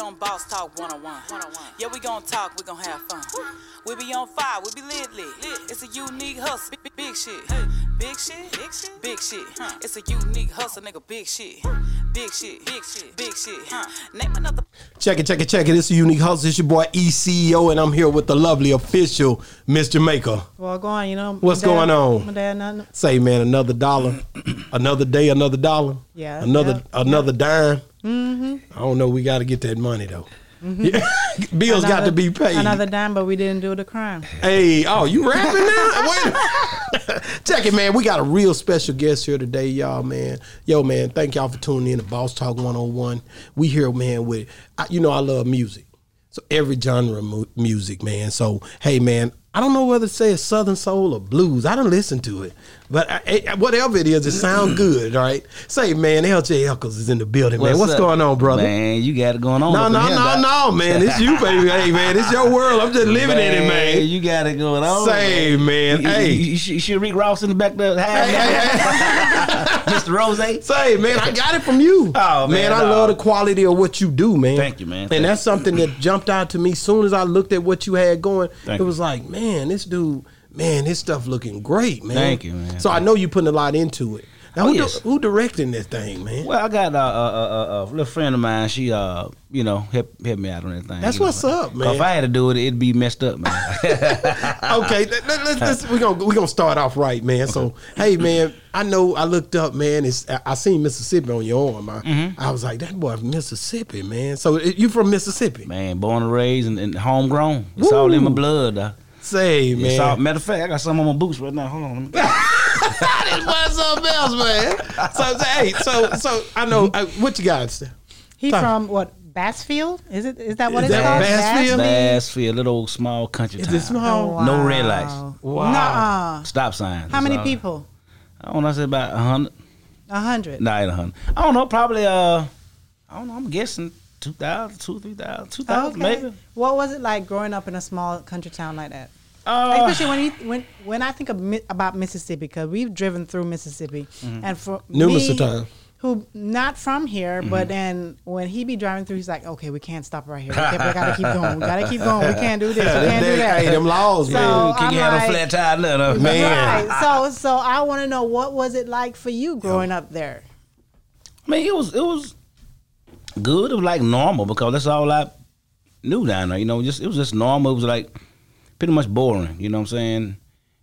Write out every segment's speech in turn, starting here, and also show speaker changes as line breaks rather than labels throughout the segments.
Talk 101. 101. Yeah, we gon' talk, we gon' have fun. We be on fire, we be lit lit. It's a unique hustle, big, big shit. Big shit, big shit, big shit. It's a unique hustle, nigga, big shit. Big shit, big shit, big shit. Name another.
Check it, check it, check it. It's a unique hustle. It's your boy E ECEO, and I'm here with the lovely official Miss Jamaica.
Well, go on, you know. my
What's
dad-
going on?
My dad, nothing.
Say, man, another dollar, another day, another dollar,
Yeah,
another
yeah,
another dime. Mm-hmm. I don't know. We got to get that money though. Yeah. Bills got to be paid.
Mm-hmm. Another dime, but we didn't do the crime.
Hey, oh, you rapping now? Wait. Check it, man. We got a real special guest here today, y'all, man. Yo, man, thank y'all for tuning in to Boss Talk 101. We here, man, with, I, you know, I love music. So every genre of mu- music, man. So, hey, man, I don't know whether to say it's Southern Soul or Blues. I don't listen to it. But I, I- whatever it is, it sounds good, right? Say, man, LJ Eccles is in the building, man. What's
up?
going on, brother?
Man, you got it going on.
No,
up in
no,
here,
no,
doc.
no, man. It's you, baby. Hey, man, it's your world. I'm just living in it, man.
You got it going on.
Say, man,
You- you-
hey.
you, you, should- you should Rick Ross in the back there.
Hey, hey,
Mr. Rose.
Say, man, I got it from you.
Oh, man,
I
oh.
love the quality of what you do, man.
Thank you, man.
And
Thank
that's something that jumped out to me soon as I looked at what you had going.
Thank
it
you.
was like, man, this dude, man, his stuff looking great, man.
Thank you, man.
So I know you putting a lot into it. Now, who,
Oh,
di-
yes.
who directing this thing, man?
Well, I got uh, a, a, a, a little friend of mine. She, uh, you know, help help me out on that thing.
That's
you know.
what's up, man.
If I had to do it, it'd be messed up, man.
okay, let, let, let's, let's we're gonna we gonna start off right, man. So hey, man, I know I looked up, man. It's I, I seen Mississippi on your arm. I,
Mm-hmm.
I was like, that boy from Mississippi, man. So it, you from Mississippi?
man, born and raised and, and homegrown. It's all in my
Woo.
blood. Uh,
Say,
it's all,
man.
matter of fact, I got some on my boots right now. Hold on. let me-
This boy something else, man. So, so, hey, so so I know uh, what you got. Is
He
Time.
from what? Bassfield? Is it? Is that what
Is
it's
that
called?
Bassfield?
Bassfield, little old small country town.
it small?
Oh, Wow.
No red lights.
Wow.
Nuh-uh.
Stop signs.
How
That's
many
all.
people?
I don't know. I said about a hundred.
A hundred.
Nah, ain't a hundred. I don't know. Probably. Uh, I don't know. I'm guessing 2,000, 2,000, 3,000, 2,000 maybe.
What was it like growing up in a small country town like that? Like,
Uh,
Especially when you when when I think of, Mi- about Mississippi because we've driven through Mississippi and for
Numerous
me,
of time.
Who not from here, but then when he be driving through, he's like, "Okay, we can't stop right here. We, can't- we gotta keep going. We gotta keep going. We can't do this. We can't do that."
Hey, them laws,
So-
man.
can you have
I'm
a
like-
flat tire? No, no.
Man.
Right. So so I want to know what was it like for you growing up there?
I mean, it was it was good. It was like normal because that's all I knew down there. You know, just it was just normal. It was like pretty much boring. You know what I'm saying?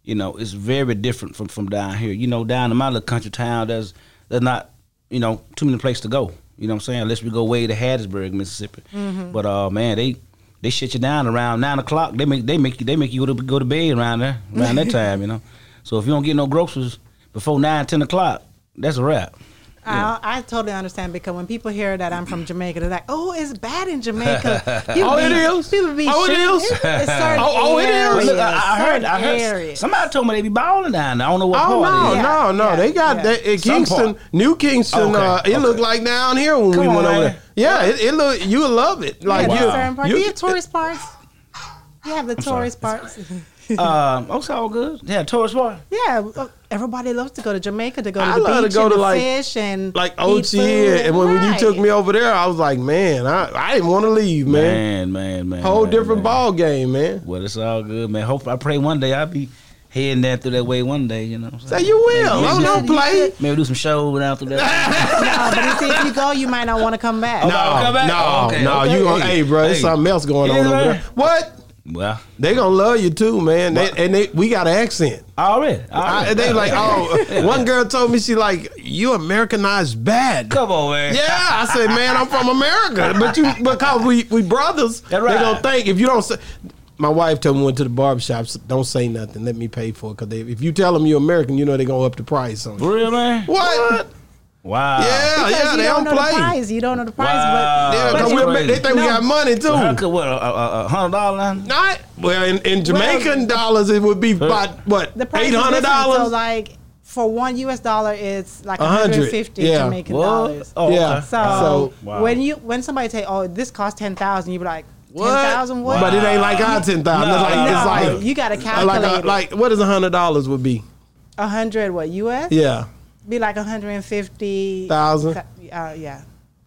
You know, it's very different from from down here. You know, down in my little country town, there's there's not you know too many places to go. You know what I'm saying? Unless we go way to Hattiesburg, Mississippi. But uh, man, they they shut you down around nine o'clock. They make they make you they make you go to go to bed around there around that time. You know, so if you don't get no groceries before nine ten o'clock, that's a wrap.
I, I totally understand because when people hear that I'm from Jamaica, they're like, "Oh, it's bad in Jamaica." People
Oh, it
be-
is?
People be
Oh, it
shooting.
is?
It's, it's certain
Oh, oh, it is?
areas,
Well, look, I, I heard.
certain
I heard.
areas.
Somebody told me they be balling down there. I don't know what
Oh
part
no,
it is.
Yeah,
no, no!
yeah,
They got
yeah.
that in
Some
Kingston,
part.
New Kingston.
Okay,
uh, it
okay.
looked like down here when we
Come
went
on,
over
man.
there. Yeah, it, it look you would love it. Like
Yeah,
Wow.
the
you,
certain parts.
you-
Do you have tourist parts? You have the tourist parts.
Um, oh, it's all good. Yeah, tourist bar.
yeah, uh, everybody loves to go to Jamaica to go to
I
the
love to
beach
go
and
to,
the
like-
fish and
like
eat
OTA.
food.
And when, when you
Right.
took me over there, I was like, man, I, I didn't want to leave, man.
Man, man, man.
Whole
man,
different
man.
ball game, man.
Well, it's all good, man. Hope I pray one day I'll be heading down through that way one day. You know. What I'm
Say
saying?
you will.
you
Oh no,
should, you
play.
should.
Maybe do some shows down through that.
No, but you see, if you go, you might not want to come back.
No,
I'll Oh, come back.
Oh, no,
Okay,
no.
okay.
You, gonna,
Hey,
hey, bro, there's
hey.
something else going on
Yeah,
over
right.
there. What?
well,
They gonna love you too, man. They, and they, we got an accent.
already. already.
I, they like, oh, one girl told me she like, you Americanized bad.
come on, man.
Yeah, I said, man, I'm from America, but you because we we brothers,
That right.
they gonna think if you don't say. My wife told me went to the barbershops, don't say nothing. Let me pay for it because if you tell them you're American, you know they gonna up the price on you.
For real, man.
What?
Wow.
Yeah,
Because
yeah,
you
they
don't
don't,
know the
play.
prize. You don't know the prize,
Wow.
Yeah,
That's
because we
crazy.
they think we
No.
got money too.
Well, how could- what a, a, a hundred dollar line?
Not well in, in Jamaican dollars, it would be about what
but the price
eight
is
hundred
different. So,
dollars.
like for one U.S. dollar, it's like
100,
150
yeah.
Jamaican
What?
dollars.
Oh,
Yeah.
okay.
So,
So-
Wow.
when you when somebody say, "Oh, this costs ten thousand, you be like, 10000 what?
But it ain't like our ten thousand.
No,
it's like,
no,
it's like
you gotta
like,
calculate
a,
it.
like what is a hundred dollars would be?
a hundred what U.S.
Yeah,
be like 150
Thousand.
Uh, yeah,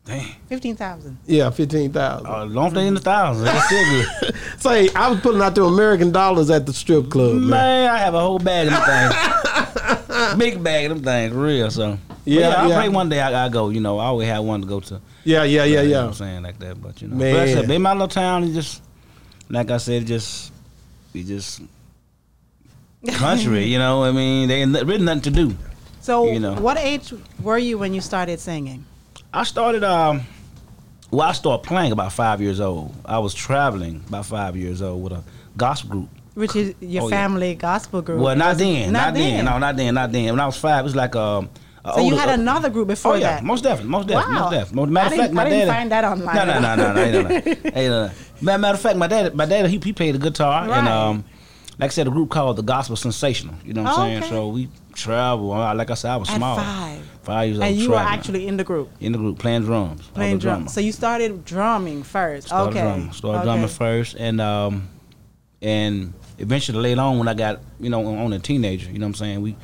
Damn.
Fifteen thousand.
Yeah, fifteen thousand.
Uh, long day in the thousands. That's still good.
Say, I was putting out the American dollars at the strip club, man.
Man, I have a whole bag of them things. Big bag of them things, real. So But
Yeah,
yeah, I
yeah.
pray one day I, I go. You know, I always have one to go to.
Yeah, yeah, yeah,
You know what
yeah.
I'm saying like that, but you know,
Man.
But like I said, being my little town is just like I said, just we just country. you know, I mean, they ain't really nothing to do.
So,
You know.
what age were you when you started singing?
I started um well I started playing about five years old. I was traveling about five years old with a gospel group.
Which is your
Oh, yeah.
family gospel group?
Well not
Was it-
then. Not, then. No, not then, not then. When I was five, it was like um a
so you
older-
had
a-
another group before
oh yeah,
that.
most definitely, most definitely,
Wow.
most definitely. Matter
I
of fact,
didn't-
my
I didn't
daddy
find that online.
No, no, no, no, no, no, no. Hey, no, no. Ma- Matter of fact, my dad, my dad, he, he played the guitar, and
Right.
um, like I said, a group called the Gospel Sensational. You know what I'm
Oh,
saying?
okay.
So we travel. I- Like I said, I was
At
small,
five.
five years old,
and you were
traveling.
actually in the group
in the group playing drums. I was a
playing
drummer.
drums. So you started drumming first.
Started
okay.
drumming. Started
okay.
drumming first, and um, and eventually later on, when I got you know on a teenager, you know what I'm saying we.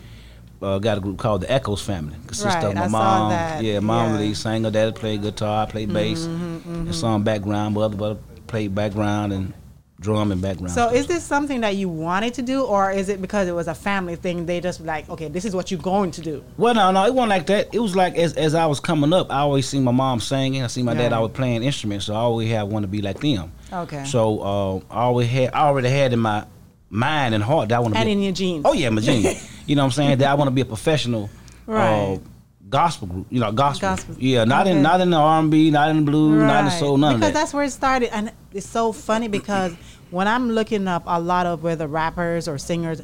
Uh, got a group called the Echoes Family. Consists
Right,
of my
I
mom,
saw that.
yeah, mom
Yeah. Mm-hmm,
lead singer, dad played guitar, played bass, and song background, but other brother played background and drum and background.
So is this something that you wanted to do, or is it because it was a family thing? They just like, okay, this is what you're going to do.
Well, no, no, it wasn't like that. It was like as, as I was coming up, I always seen my mom singing. I seen my dad
Yeah.
always playing instruments, so I always had want to be like them.
Okay.
So uh, I always had, I already had in my mind and heart that I want to
And
be.
in your genes.
Oh yeah, my genes. you know what I'm saying? That I want to be a professional. Uh,
Right.
gospel group, you know, gospel.
Gospel.
Yeah, not in
Okay.
not in the R and B, not in the blues, not in the
Right.
soul, none
because
of that.
that's where it started, and it's so funny because when I'm looking up a lot of whether rappers or singers,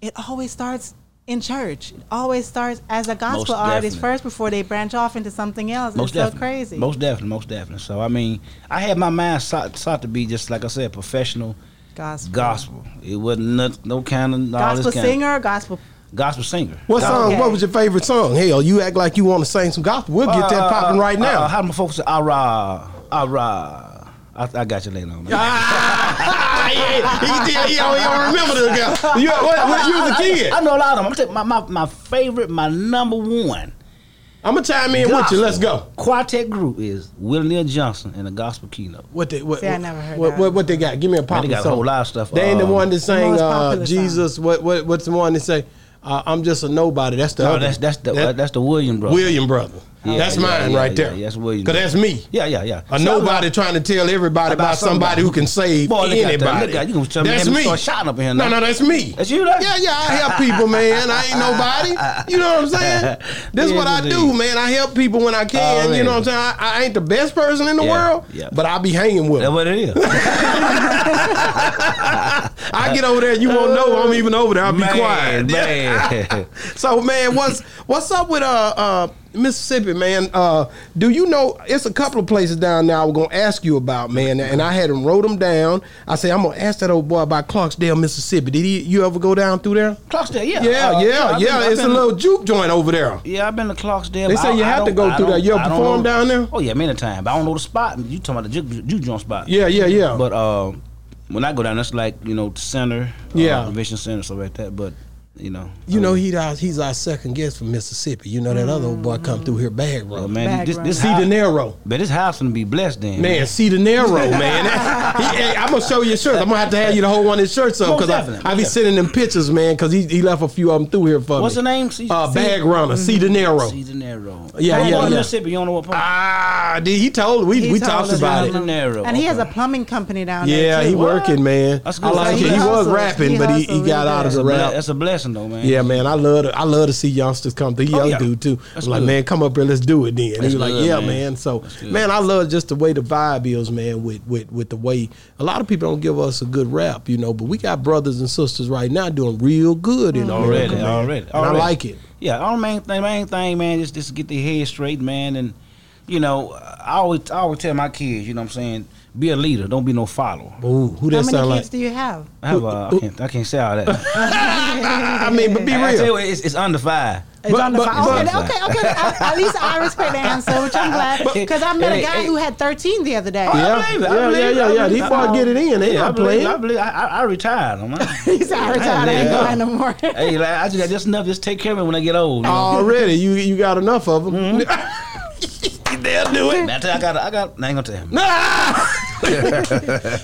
it always starts in church. It always starts as a gospel artist
definitely.
first before they branch off into something else.
most
it's
definitely.
so crazy.
Most definitely, most definitely. So I mean, I had my mind sought, sought to be just like I said, professional.
gospel.
gospel. It wasn't no, no kind of all
Gospel
Oh, this kind of-
singer, gospel.
gospel singer.
What
Gospel-
song?
Okay.
What was your favorite song? Hell, you act like you want to sing some gospel. We'll get that
Uh,
popping
uh,
right
uh,
now.
Uh, how do my folks say ara ara? I, I got you later on. Man.
Ah, yeah, he did. He don't, he don't remember this guy. You, what, what, you was a kid.
I know a lot of them. I'm telling you, my, my my favorite, my number one.
I'm gonna chime in with you. Let's go.
gospel Quartet group is Willie Neal Johnson and the gospel keynote.
What they? What,
See, I never heard
what,
that.
What, what they got? Give me a pop.
they got a whole lot of stuff.
They ain't the
Um,
one that sang
most
uh,
popular
Jesus. What? What? What's the one that say? Uh, I'm just a nobody. That's the.
No,
other.
Oh, that's that's the uh,
That-
that's the William brother.
William brother.
Yeah,
that's
yeah,
mine
yeah,
right
yeah,
there.
yeah, that's William.
Cause that's me.
Yeah, yeah, yeah.
A
So-
nobody trying to tell everybody about, somebody, who can save
Boy, look at that.
anybody.
Look at- you gonna tell me
that's
that
me.
we start shouting up in here
no,
now.
no, that's me.
That's you, though?
Yeah, yeah. I help people, man. I ain't nobody. You know what I'm saying? This is what I do,
Indeed.
man. I help people when I can.
Oh,
you know what
man.
I'm saying? I, I ain't the best person in the
Yeah,
world,
yeah.
but I be hanging with
That's
'em.
what it is.
I get over there, you won't know I'm even over there. I'll be
Man,
quiet.
man.
so man, what's what's up with uh uh Mississippi, man? Uh do you know it's a couple of places down there I was gonna ask you about, man, and I had him wrote them down. I say I'm gonna ask that old boy about Clarksdale, Mississippi. Did he you ever go down through there?
Clarksdale, yeah.
Yeah, yeah,
Uh, I've
yeah.
been- I've
it's a
been-
little juke joint over there.
Yeah, I've been to Clarksdale.
They
but
say
I-
you
I
have to
don't-
go
I
through there.
don't-
You ever
I don't
perform
know-
down there?
Oh yeah, many times. But I don't know the spot. You talking about the Ju- Ju Joint spot?
Yeah, yeah, yeah.
But uh, when I go down, that's like you know the center. uh,
Yeah.
convention center, stuff like that. But you know,
you
I
know
mean,
he our, he's our second guest from Mississippi. You know that other old boy come through here bag
but
bro.
man, this
Background.
this
See the
house,
narrow.
but this house gonna be blessed then.
Man, see the narrow, man. He- hey, I'm gonna show you shirts. I'm gonna have to have you to hold one of his shirts up
Most
because I,
definitely,
I
most
be
definitely.
sending them pictures, man. Because he, he left a few of them through here for
What's
me.
the name? See,
Uh,
see,
bag runner, see the narrow.
See the narrow.
Yeah,
Come
yeah,
on,
yeah.
Mississippi. You don't know what part.
Ah, dude, he told we
He
we
told
talked
us
about
about
it.
the narrow.
And he has a
Okay.
plumbing company down there.
Yeah,
too.
he
What?
working, man.
That's
I
good.
like
So
it.
he
He was
hustled.
rapping,
He
but he, he
hustled,
got out of
he does.
That's
the
a, ble-
rap.
that's a blessing though, man.
Yeah, man, I love to I love to see youngsters come through. He
Oh,
young
yeah.
dude too.
That's
I'm like,
good.
man, come up here, let's do it then. And he was
That's
like,
good,
yeah, man.
man.
So,
good.
man, I love just the way the vibe is, man. With with with the way a lot of people don't give us a good rap, you know, but we got brothers and sisters right now doing real good in
Mm-hmm. already,
America, man.
already,
And
already.
I like it.
Yeah, our main thing, main thing, man, is just get the head straight, man, and you know, I always, I always tell my kids, you know, what I'm saying, be a leader, don't be no follower.
Ooh, who
How
that sound
many
like?
kids do you have?
I have, uh, I can't, I can't say all that.
I mean, but be
I tell you,
real.
what, it's, it's under five.
It's
But-
on the
but-
file.
but-
okay, then- okay, okay. I- at least I respect the answer, which I'm glad. Because I met a
Hey,
guy
hey.
who had 13 the other day.
I
Yeah,
believe it, I
yeah,
believe
yeah,
it,
yeah,
I
yeah.
believe
These
it.
boys get it in. They
I
not
believe, I
playing.
believe, I, I, I retired. I'm like,
He said, I retired. I ain't
Yeah.
going no more.
hey, like, I just
Oh.
got just enough. Just take care of me when I get old. You know? Mm-hmm.
Already, you you got enough of them. They'll do it.
Now, I tell you, I got, I got. I ain't gonna tell him.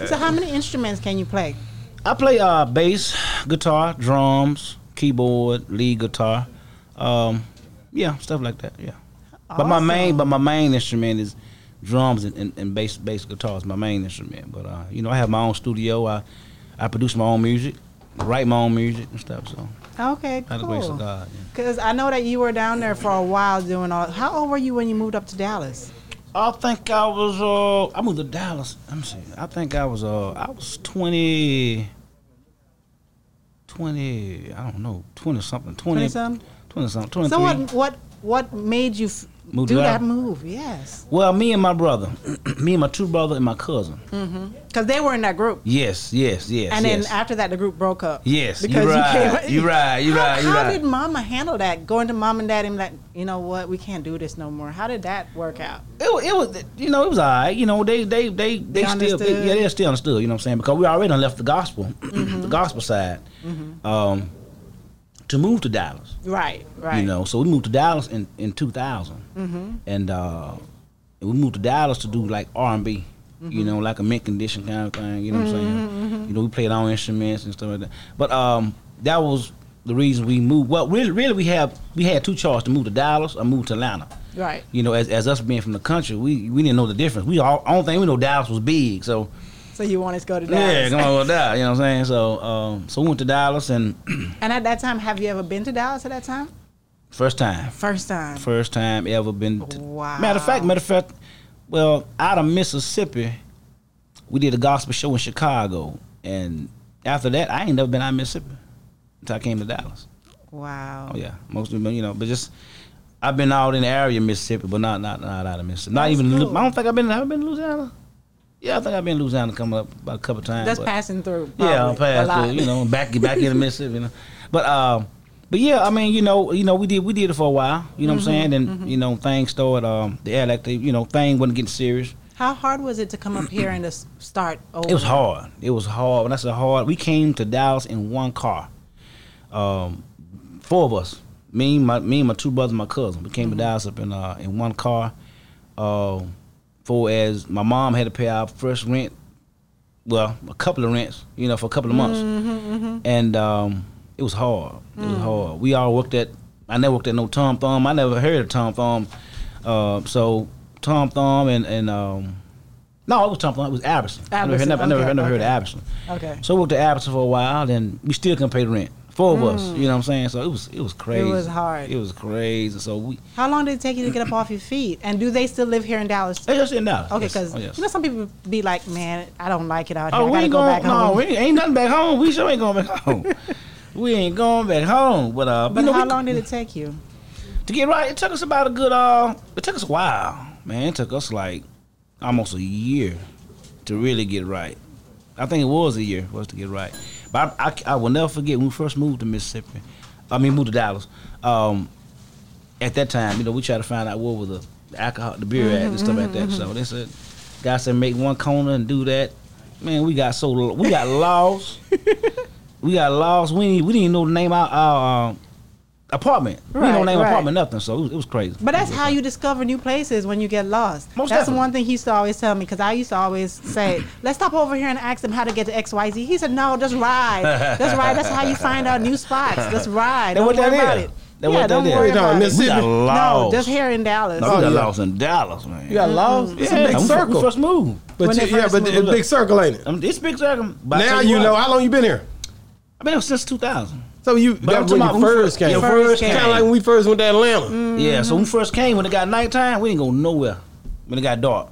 So how many instruments can you play?
I play uh, bass, guitar, drums, keyboard, lead guitar, um, yeah, stuff like that. Yeah, but my main,
Awesome.
but my main instrument is drums and, and, and bass, bass guitar is my main instrument. But uh, you know, I have my own studio. I I produce my own music, write my own music and stuff. So
Okay,
by the grace of
cool.
God, yeah.
Because I know that you were down there for a while doing all. How old were you when you moved up to Dallas?
I think I was uh I moved to Dallas. Let me see. I think I was uh I was 20 20 I don't know, 20 something, 20
20-something?
20 something, 23.
So what? What? What made you f-
Moved
do
to
that
Dallas?
move? Yes,
Well, me and my brother, me and my two brother and my cousin.
because they were in that group,
Yes, yes, yes.
Mm-hmm. and
yes.
then after that, the group broke up.
Yes, you
because you,
right,
came.
you right, you
how,
right, you
How
right.
did Mama handle that? Going to Mom and Dad and like, you know what? We can't do this no more. How did that work out?
it, wa- it was you know it was all right you know they they they they, still
understood. Mm-hmm.
yeah they still understood you know what I'm saying because we already done left the gospel the gospel side um to move to Dallas
Right. Right. Mm-hmm.
you know so we moved to Dallas in in 2000 and uh and we moved to Dallas to do like R&B
Mm-hmm.
you know like a mint condition kind of thing you know what I'm saying you know we played our own instruments and stuff like that but um that was the reason we moved well really really we have we had two choices to move to Dallas or move to Atlanta
Right.
you know, as, as us being from the country, we, we didn't know the difference. We all only thing we know Dallas was big, so
So you wanted to go to
yeah,
Dallas?
come on with that. You know what I'm saying? So um, so we went to Dallas and
And at that time, have you ever been to Dallas? At that time,
first time,
first time.
first time ever been. To,
Wow.
Matter of fact, matter of fact, well, out of Mississippi, we did a gospel show in Chicago, and after that, I ain't never been out of Mississippi until I came to Dallas.
Wow.
Oh yeah, mostly you know, but just. I've been out in the area of Mississippi, but not not not out of Mississippi. Not
That's
even. Lu-
cool.
I don't think I've been. Have I been to Louisiana? Yeah, I think I've been to Louisiana coming up about a couple times.
That's
but-
passing through.
Yeah, I'm
probably, a
past
lot.
through, you know, back back in the Mississippi, you know. But um, but yeah, I mean, you know, you know, we did we did it for a while. You know what I'm
Mm-hmm.
saying? And you know, things started. Um, the air like they, you know, thing wasn't getting serious.
How hard was it to come up here and to s- start over?
It was hard. It was hard. When I said hard, we came to Dallas in one car. Um, four of us. Me, my me, and my two brothers, my cousin. We came
Mm-hmm.
to Dallas up in uh, in one car. Uh, for as my mom had to pay our first rent. Well, a couple of rents, you know, for a couple of months,
Mm-hmm,
and um, it was hard. It was
Mm.
hard. We all worked at. I never worked at no Tom Thumb. I never heard of Tom Thumb. Uh, so Tom Thumb and and um, no, it was Tom Thumb. It was Iverson. I never, heard-
Iverson,
never, I never,
okay,
I never heard of
okay.
Iverson.
Okay.
So we worked at Iverson for a while, then we still couldn't pay the rent. Four of us, you know what I'm saying? So it was it was crazy.
Mm. was hard.
It was crazy. So we
How long did it take you to get up off your feet? And do they still live here in Dallas?
it's just in Dallas.
Okay,
Yes.
because
Oh, yes.
you know some people be like, "Man, I don't like it out here.
Oh, we
I gotta
ain't
go
going.
back
No,
home."
we ain't, ain't nothing back home. We sure ain't going back home. we ain't going back home. But uh,
but
you know,
how
we-
long did it take you?
to get right? It took us about a good uh, it took us a while, man. It took us like almost a year to really get right. I think it was a year for us to get right. But I, I, I will never forget when we first moved to Mississippi. I mean, moved to Dallas. Um, at that time, you know, we tried to find out what was the, the alcohol, the beer at, and stuff like that. So they said, "Guy said make one corner and do that." Man, we got so lo- we got lost. we got lost. We didn't, we didn't know the name of our uh, apartment. we didn't know
Right,
the name
right.
of apartment, nothing. So it was, it was crazy.
But that's how you discover new places when you get lost.
Most
that's
definitely.
one thing he used to always tell me because I used to always say, "Let's stop over here and ask them how to get to X Y Z." He said, "No, just ride. Just ride. That's how you find out new spots. Just ride.
That
Don't
what
worry
that
about
is.
it.
That
yeah,
what that
don't
is.
worry
Wait,
no,
about
Mississippi-
we
it.
got
No,
lost.
just here in Dallas.
No, we
Oh,
got
yeah.
lost in Dallas, man.
You got lost. It's a big
when we fir-
circle.
We first moved.
but
when
you,
they
yeah,
first
but
moved
it's a big
up.
circle, ain't it?
I mean, it's big circle. but I
now
tell
you
what,
know how long you been here.
I've been here since 2000.
So you
But I'm
that's when
talking
you
about when
first
we
came. Mm.
fir- yeah, first
kind of
came.
like when we first went to Atlanta.
Yeah, so when we first came, when it got nighttime, we didn't go nowhere. When it got dark.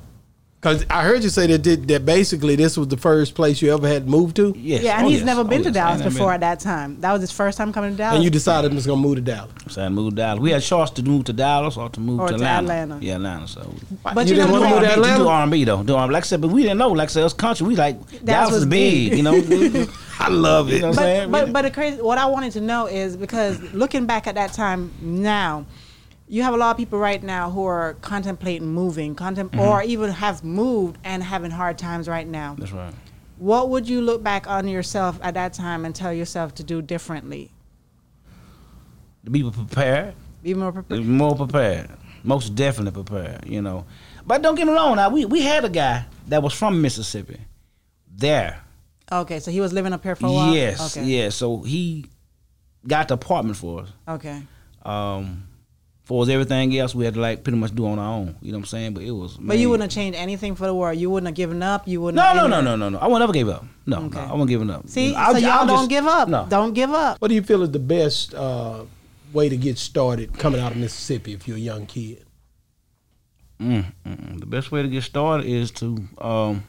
Cause I heard you say that did, that basically this was the first place you ever had moved to,
Yes.
Yeah, and
Oh,
he's
yes.
never
Oh,
been to
yes.
Dallas
And I
before
been-
at that time. That was his first time coming to Dallas.
and you decided it was gonna move to Dallas.
So I moved to Dallas. We had a choice to move to Dallas or to move
Or
to
to
Atlanta.
Atlanta.
Yeah, Atlanta. So
But
you
you
didn't want to move
know what I'm
to
saying?
You do
Atlanta.
R and B though. Do R&B. Like I said, but we didn't know. Like I said, us country. We like Dallas,
was
was big.
big.
You know.
I love
You
it.
know?
but,
saying?
But but the crazy what I wanted to know is because looking back at that time now, you have a lot of people right now who are contemplating moving, contem-
Mm-hmm.
or even have moved and having hard times right now.
That's right.
What would you look back on yourself at that time and tell yourself to do differently?
To be prepared.
Be more
Be
prepared.
more prepared. Most definitely prepared, you know. But don't get me wrong, now we, we had a guy that was from Mississippi there.
Okay, so he was living up here for a while.
Yes,
Okay.
yes. So he got the apartment for us.
Okay.
Um for us everything else we had to like pretty much do on our own. You know what I'm saying? But it was
But you wouldn't have changed anything for the world. You wouldn't have given up. You wouldn't.
No,
have
no,
any-
no, no, no, no. I won't ever give up. No,
Okay.
no, I won't give it up.
See,
I'll-
so y'all
I'll
don't
just-
give up.
No.
Don't give up.
What do you feel is the best uh, way to get started coming out of Mississippi if you're a young kid?
Mm-mm. Mm, The best way to get started is to, um,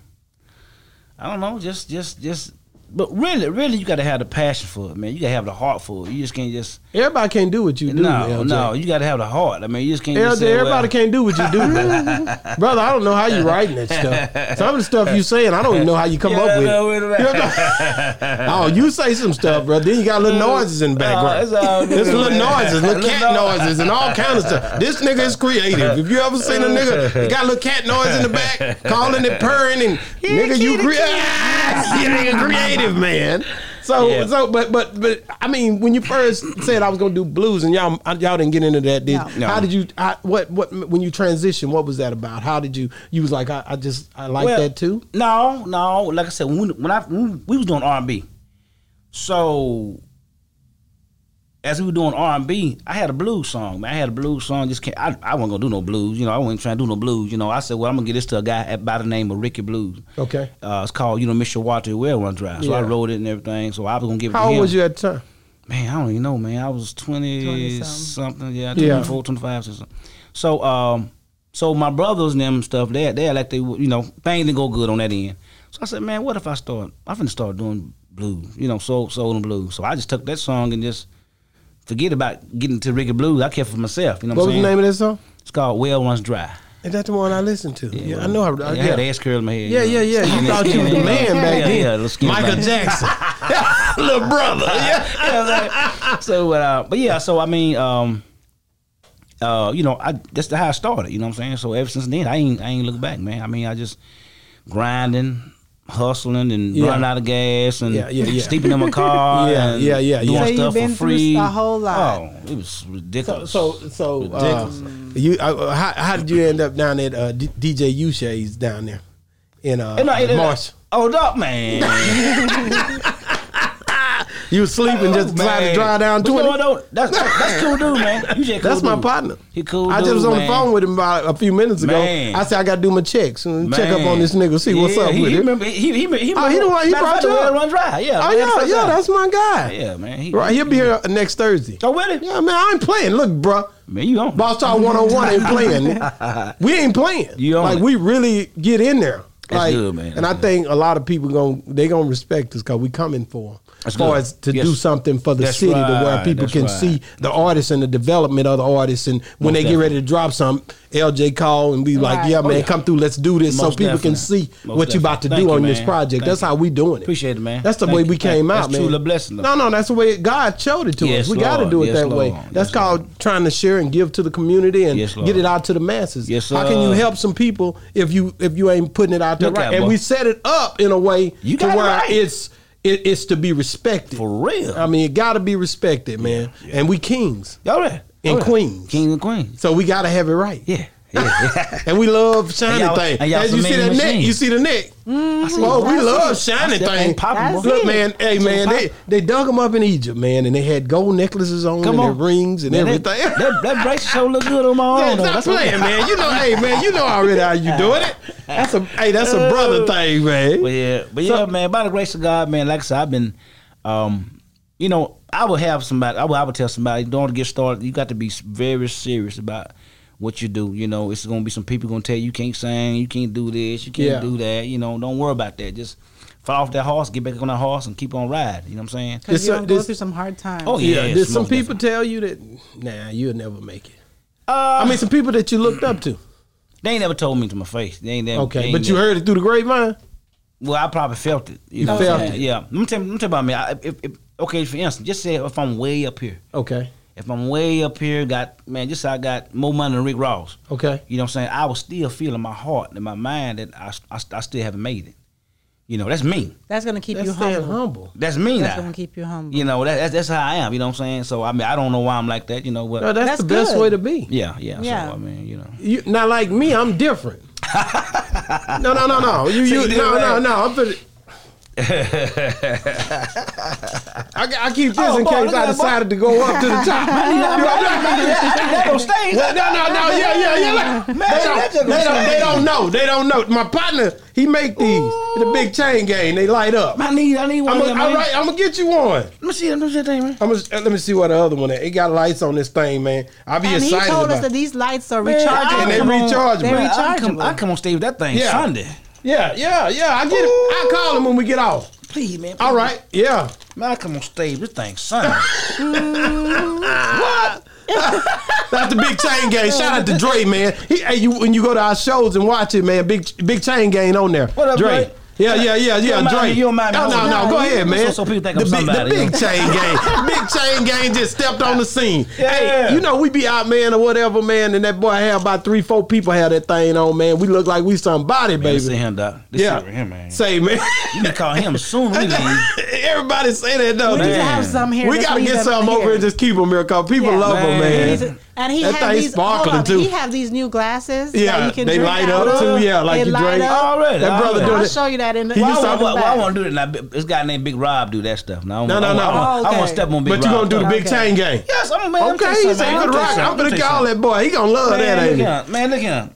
I don't know, just, just, just. But really, really, you got to have the passion for it, man. You got to have the heart for it. You just can't just.
Everybody can't do what you do.
no,
LJ.
no, you got to have the heart. I mean, you just can't.
LJ,
just say,
everybody
well,
can't do what you do, brother. I don't know how you writing that stuff. Some of the stuff you saying, I don't even know how you come
Yeah,
up with.
no,
it.
wait a
oh, you say some stuff, brother. Then you got little noises in the
Oh,
background.
it's all good,
There's little
man.
noises, little
Little
cat
no-
noises, and all kind of stuff. This nigga is creative. If you ever seen a nigga that got a little cat noise in the back, calling and purring, and nigga, you creative. you nigga creative, man. So,
Yeah.
so, but, but, but, I mean, when you first said I was gonna do blues, and y'all, y'all didn't get into that, did?
No.
No.
How did you? I, what, what? When you transitioned, what was that about? How did you? You was like, I, I just, I like
well,
that too.
No, no. Like I said, when when I when we was doing R and B, so as we were doing R and B, I had a blues song. Man, I had a blues song. Just can't. I, I wasn't gonna do no blues. You know, I wasn't trying to do no blues. You know, I said, well, I'm gonna get this to a guy by the name of Ricky Blues.
Okay.
Uh, it's called you know Mr. Water Well Run Drive. So I
Yeah.
wrote it and everything. So I was gonna give it.
How
to
old
him.
was you at the time?
Man, I don't even know, man. I was 20,
20-something.
something. Yeah,
Yeah.
24, 25, something. So, um, so my brothers and them stuff, they, they like they, you know, things didn't go good on that end. So I said, man, what if I start, I'm finna start doing blues, you know, soul, soul and blues. So I just took that song and just forget about getting to Ricky Blues. I kept for myself, you know what,
What was
I'm
the
saying?
name of that song?
It's called Well Runs Dry.
Is that the one I listened to? Yeah, I know. I, I,
yeah, I had an ass curl in my head.
Yeah, yeah,
you know.
yeah. You
Skinny,
thought you was the
skinny,
man
yeah,
back
yeah,
then.
Yeah, little skinny
Michael
back.
Jackson. little brother. Yeah.
so uh, but yeah, so I mean, um, uh, you know, I that's how I started. You know what I'm saying? So ever since then, I ain't I ain't looked back, man. I mean, I just grinding, hustling, and
Yeah.
running out of gas, and
Yeah, yeah, yeah.
sleeping in my car,
Yeah,
and
yeah, yeah, yeah.
doing
So
you
stuff
been
for
through
free.
a whole lot.
Oh, it was ridiculous.
So, so uh, you uh, how, how did you end up down at uh, D- DJ Ushay's down there in uh,
And I- and I-
Marsh?
Hold up, man.
You was sleeping just trying to
Oh, Man.
drive down
But you know what,
twenty.
though? That's that's cool, dude, man. You just cool
That's my
dude.
partner.
He cool.
I just
dude,
was on
man.
the phone with him about a few minutes ago.
Man.
I said I got to do my checks and check up
Man.
on this nigga, see what's
Yeah,
up
he,
with
he
it.
Remember, he, he, he, he,
Oh, he the one- he
matter of
brought
fact,
you
the
up.
one Run dry. Yeah.
Oh
man,
yeah,
that's
yeah,
right.
that's my guy.
yeah, man. He,
Right, he'll be here next Thursday.
Oh, with it?
Yeah, man, I ain't playing. Look, bruh.
Man, you on?
Boss Talk 101 ain't playing. We ain't playing.
You own
like
it.
we really get in there.
That's
like,
good, man.
And I
That's good.
think a lot of people going they gonna respect us because we coming for them. as
That's
far
good.
as to
Yes.
do something for the
That's
city, to where
right.
people
That's
can
right.
see the artists and the development of the artists, and when
Most
they get ready to drop something, LJ call and be like,
Right.
"Yeah,
Oh,
man,
yeah.
come through, let's do this," so
Most
people can
definitely.
see
Most
what you about to
definitely.
do
Thank
on
you,
this
man.
project.
Thank
that's
you.
how we doing it.
Appreciate it, man.
That's the
Thank
way
you.
we
Thank-
came
that's
out, man.
truly a blessing, though.
No, no, that's the way God showed it to
Yes,
us. We got to
Lord.
do it
Yes,
that way.
Lord.
That's
Yes,
called
Lord.
trying to share and give to the community and
Yes, Lord.
get it out to the masses.
Yes,
How can you
sir.
help some people if you if you ain't putting it out there
Look
right?
out,
And
boy.
we set it up in a way
You
to
got it
where
right.
it's it, it's to be respected.
For real.
I mean, it got to be respected, man. And we kings
Y'all there?
and queens.
King and Queen.
So we got to have it right.
Yeah. yeah.
And we love shiny
And y'all-
thing.
and y'all
As you see
familiar
that
with
neck,
machines.
you see the neck. Oh, we love shiny
That
thing.
ain't popping,
Mm. That's
boy.
Look,
it.
man, hey, man, they, they dug them up in Egypt, man, and they had gold necklaces on
Come
and
on.
their rings and
Man,
everything.
That, that, that bracelet show look good on my
Yeah,
arm, though.
stop
Oh, That's what-
playing, man. You know, hey, man, you know already how you doing it. That's a hey, that's a brother thing, man.
But yeah, but yeah, man. By the grace of God, man. Like I said, I've been, um, you know, I would have somebody. I would, I would tell somebody, don't get started. You got to be s- very serious about what you do. You know, it's gonna be some people gonna tell you, you can't sing, you can't do this, you can't
Yeah.
do that. You know, don't worry about that. Just fall off that horse, get back on that horse, and keep on riding. You know what I'm saying?
It's
Because
a-
you're going to go
this-
through some hard times.
Oh,
Yeah,
yes,
did some
most
people tell you that? Nah, you'll never make it.
Uh,
I mean, some people that you looked up to.
they ain't never told me to my face. They ain't never. they
Okay,
ain't
but you
never-
heard it through the grapevine.
Well, I probably felt it. You,
You
know, what
felt
I'm saying?
it.
Yeah. Let me tell, let me tell you about me. I, if, if, okay, for instance, just say if I'm way up here.
Okay,
If I'm way up here, got man, just I got more money than Rick Ross.
okay,
You know what I'm saying? I was still feeling my heart and my mind that I, I, I still haven't made it. You know, that's me.
That's gonna keep
That's
you
staying
humble.
humble.
That's me
That's
now.
gonna keep you humble.
You know, that, that's that's how I am. You know what I'm saying? So I mean, I don't know why I'm like that. You know what?
No, that's,
That's
the best
good.
way to be.
yeah, yeah.
Yeah.
So I mean, you know.
You, not like me. I'm different. no, no, no, no. You,
So
you,
you did
no,
right.
no, no. I'm finna. I, I keep this
Oh,
in
boy,
case
look
I
at that, boy.
decided to go up to the top.
on stage.
Well, no, no, no, yeah, yeah, yeah. Look,
Man,
they,
that's
don't,
just
they, don't,
insane.
they don't know. They don't know. My partner, he make these. The big chain gang. They light up.
I need, I need one.
I'm
of
gonna,
them,
all
man.
right, I'm gonna get you one.
Let me see, let me see that thing, man.
I'm gonna, let me see what the other one. Is. It got lights on this thing, man. I be
and he
excited
told
about.
us that
it.
these lights are
Man,
rechargeable.
I
And they
come on-
rechargeable.
They're
Man, I
rechargeable.
come, I come on stage with that thing
Yeah.
Sunday.
Yeah, yeah, yeah. I get it. I call him when we get off.
Please, man.
All right. Yeah.
Man, I come on stage with this thing Sunday.
That's the Big Chain Gang. Shout out to Dre, man. He, hey, you when you go to our shows and watch it, man. Big Big Chain Gang on there.
What up, Dre?
Yeah, yeah, yeah, yeah,
don't mind
Dre.
me, you don't mind me,
no,
hold
no,
on.
no. Go
Nah,
ahead,
you-
man.
so- so people think
the big,
I'm
the
somebody, you
big
know?
chain gang, big chain gang just stepped on the scene.
Yeah.
Hey, you know we be out, man, or whatever, man, and that boy had about three, four people had that thing on, man. We look like we somebody,
Baby.
baby.
See him, doc. This
yeah,
shit right here, man.
say, man.
You need to call him soon. We leave.
Everybody say that though.
we need to
man.
have some here.
we
That's
gotta
what he
get
said
some
right
over here and just keep them here, cause people
Yeah.
love them,
Man.
man.
He's a- and he
That
had
thing
these
sparkling,
hold up,
too.
He have these new glasses. that
Yeah,
you can
they
drink
light
out
up
of.
too. Yeah,
They
like you
light
drink.
up.
Already,
that brother
already.
doing
I'll
it.
show you that in the.
He
Why
just
in the
talking-
I,
back.
want to do that. Now, This guy named Big Rob do that stuff. Now, I
No,
wanna-
no,
I
no.
wanna- I
Oh,
want
okay.
to step on Big
But
Rob.
you gonna do the big
Okay.
chain gang?
Yes, I'm a man.
Okay,
I'm
he's ain't gonna rock. I'm gonna call that boy. He gonna love
Man,
that,
look
ain't he?
at him. Man, look at him.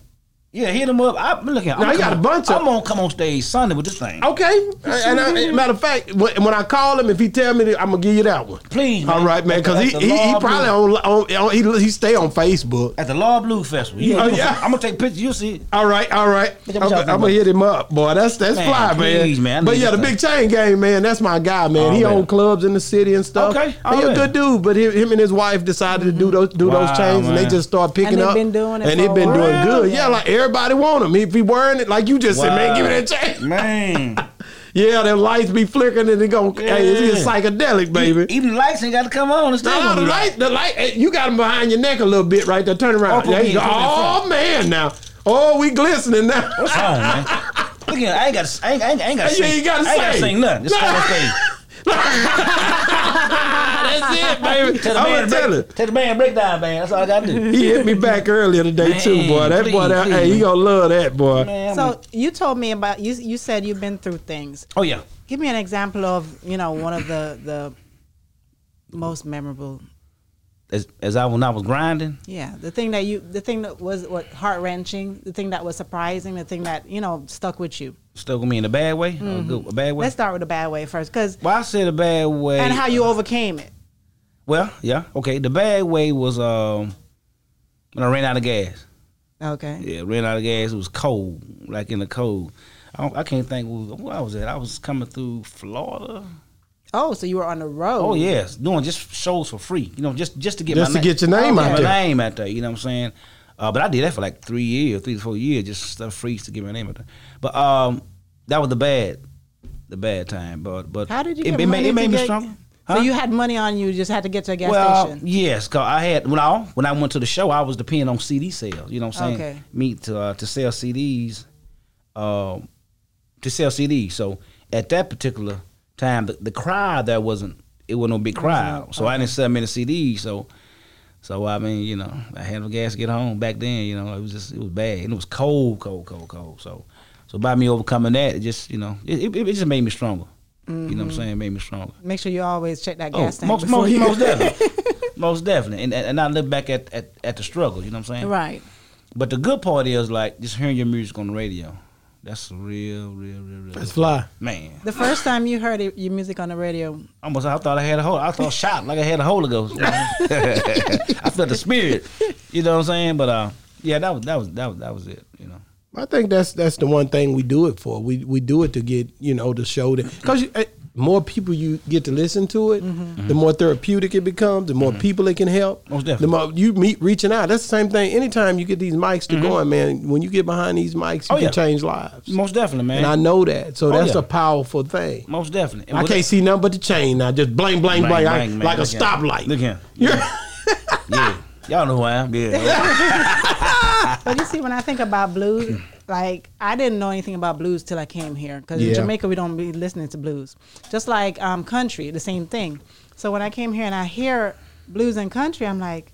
Yeah, hit him up. I, look at him.
Now,
I'm
he got
come
a bunch
on,
of-
I'm gonna come on stage Sunday with this thing.
Okay. And I, and matter of fact, when, when I call him, if he tell me, that, I'm gonna give you that one.
Please, man.
All right, man, because he,
At the
he he
Law
probably
Blue-
on, on, on he he stay on Facebook.
at the Law Blue Festival. You-
Yeah.
you-
Oh, yeah.
I'm gonna take pictures. You see,
All right, all right.
Bitch,
I'm,
I'm talking
gonna
about-
hit him up, boy. That's that's
Man,
fly, man.
please, man, I
But
need
yeah, the
this
big chain gang, man. That's my guy, man.
Oh,
he
man.
own clubs in the city and stuff.
Okay,
and he a
alright.
good dude. But him, him and his wife decided to do those do
Wow,
those chains, and they
man.
just start picking
And they've
up.
been doing it
and
for
they've
a
been doing
while.
good. Yeah, like everybody want him. If he wearing it, like you just said, man,
Wow.
give me that chain.
man.
Yeah, their lights be flickering and they go, hey, it's just
Yeah.
psychedelic, baby.
Even the lights ain't got to come on. It's still
No,
gonna
the
be light.
light, the light. eh, You got him behind your neck a little bit, right there. Turn around.
Oh,
there you go.
yeah, yeah.
Oh man, now. Oh, we glistening now.
What's wrong, man? Look at, I ain't got, I ain't, I ain't, I ain't got to
You
sing.
ain't gotta
I ain't got to
sing.
sing nothing. Just come on stage.
That's it, baby.
Tell the
I'm
man,
gonna tell
break,
it.
tell the man breakdown, man. That's all I got to do.
He hit me back earlier today
Man,
too, boy. That boy,
please,
that,
please,
hey, he
man.
gonna love that boy.
Man, I'm-
So you told me about you. You said you've been through things.
oh yeah.
Give me an example of you know one of the the most memorable.
As, as I when I was grinding,
Yeah, the thing that you, the thing that was what heart wrenching, the thing that was surprising, the thing that you know stuck with you.
stuck with me in a bad way, or a,
Mm.
good, a bad way.
Let's start with the bad way first, because
well, I said a bad way.
and how you overcame it.
Well, yeah, okay. The bad way was um when I ran out of gas.
Okay.
Yeah, ran out of gas. It was cold, like in the cold. I, don't, I can't think wh- where I was at. I was coming through Florida.
Oh, so you were on the road.
Oh yes, doing just shows for free. You know, just just to get
Just
my
to get your name
my
out there.
name out there. You know what I'm saying? Uh, but I did that for like three years, three to four years, just stuff free to get my name out there. But um, that was the bad, the bad time. But but
How did you
it,
get
it
money
made, it made
to
me
get-
stronger.
So
Huh? uh,
you had money on you, you just had to get to a gas station.
yes, cause I had when I when I went to the show, I was depending on CD sales. You know what I'm saying?
Okay.
Me to uh, to sell CDs, um, to sell CDs. So at that particular time, the, the crowd there wasn't it wasn't no big crowd. So I didn't sell many CDs. So so I mean, you know, I had no gas to get home back then. You know, it was just it was bad and it was cold, cold, cold, cold. So so by me overcoming that, it just you know it it, it just made me stronger. You know
Mm-hmm.
what I'm saying? It made me stronger.
Make sure you always check that
Oh,
gas tank.
most,
before
most,
you-
most definitely. most definitely. And, and I look back at, at, at the struggle, you know what I'm saying?
Right.
But the good part is, like, just hearing your music on the radio. That's real, real, real, real.
That's fly.
Man,
The first time you heard it, your music on the radio,
almost I thought I had a whole. I thought shot like I had a Holy Ghost. I felt the spirit. You know what I'm saying? But uh, yeah, that was that was that was that was it. You know.
I think that's that's the one thing we do it for. We we do it to get you know to show that because more people you get to listen to it, the more therapeutic it becomes. The more people it can help.
Mm-hmm. Most definitely.
The more you meet reaching out. That's the same thing. Anytime you get these mics to going, man, when you get behind these mics, you
Mm-hmm. Oh,
can
yeah.
change lives.
Most definitely, man.
and I know that, so
Oh,
that's
yeah.
a powerful thing.
Most definitely. And
I
with
can't
that-
see nothing but the chain now. Just blank, blank, blank,
Blank,
like- like,
blank, man.
a
Look
stoplight.
at him. Look at him.
Yeah.
Yeah, y'all know who I am. Yeah.
But you see, when I think about blues, like I didn't know anything about blues till I came here because
Yeah.
in Jamaica we don't be listening to blues. Just like um, country, the same thing. So when I came here and I hear blues and country, I'm like,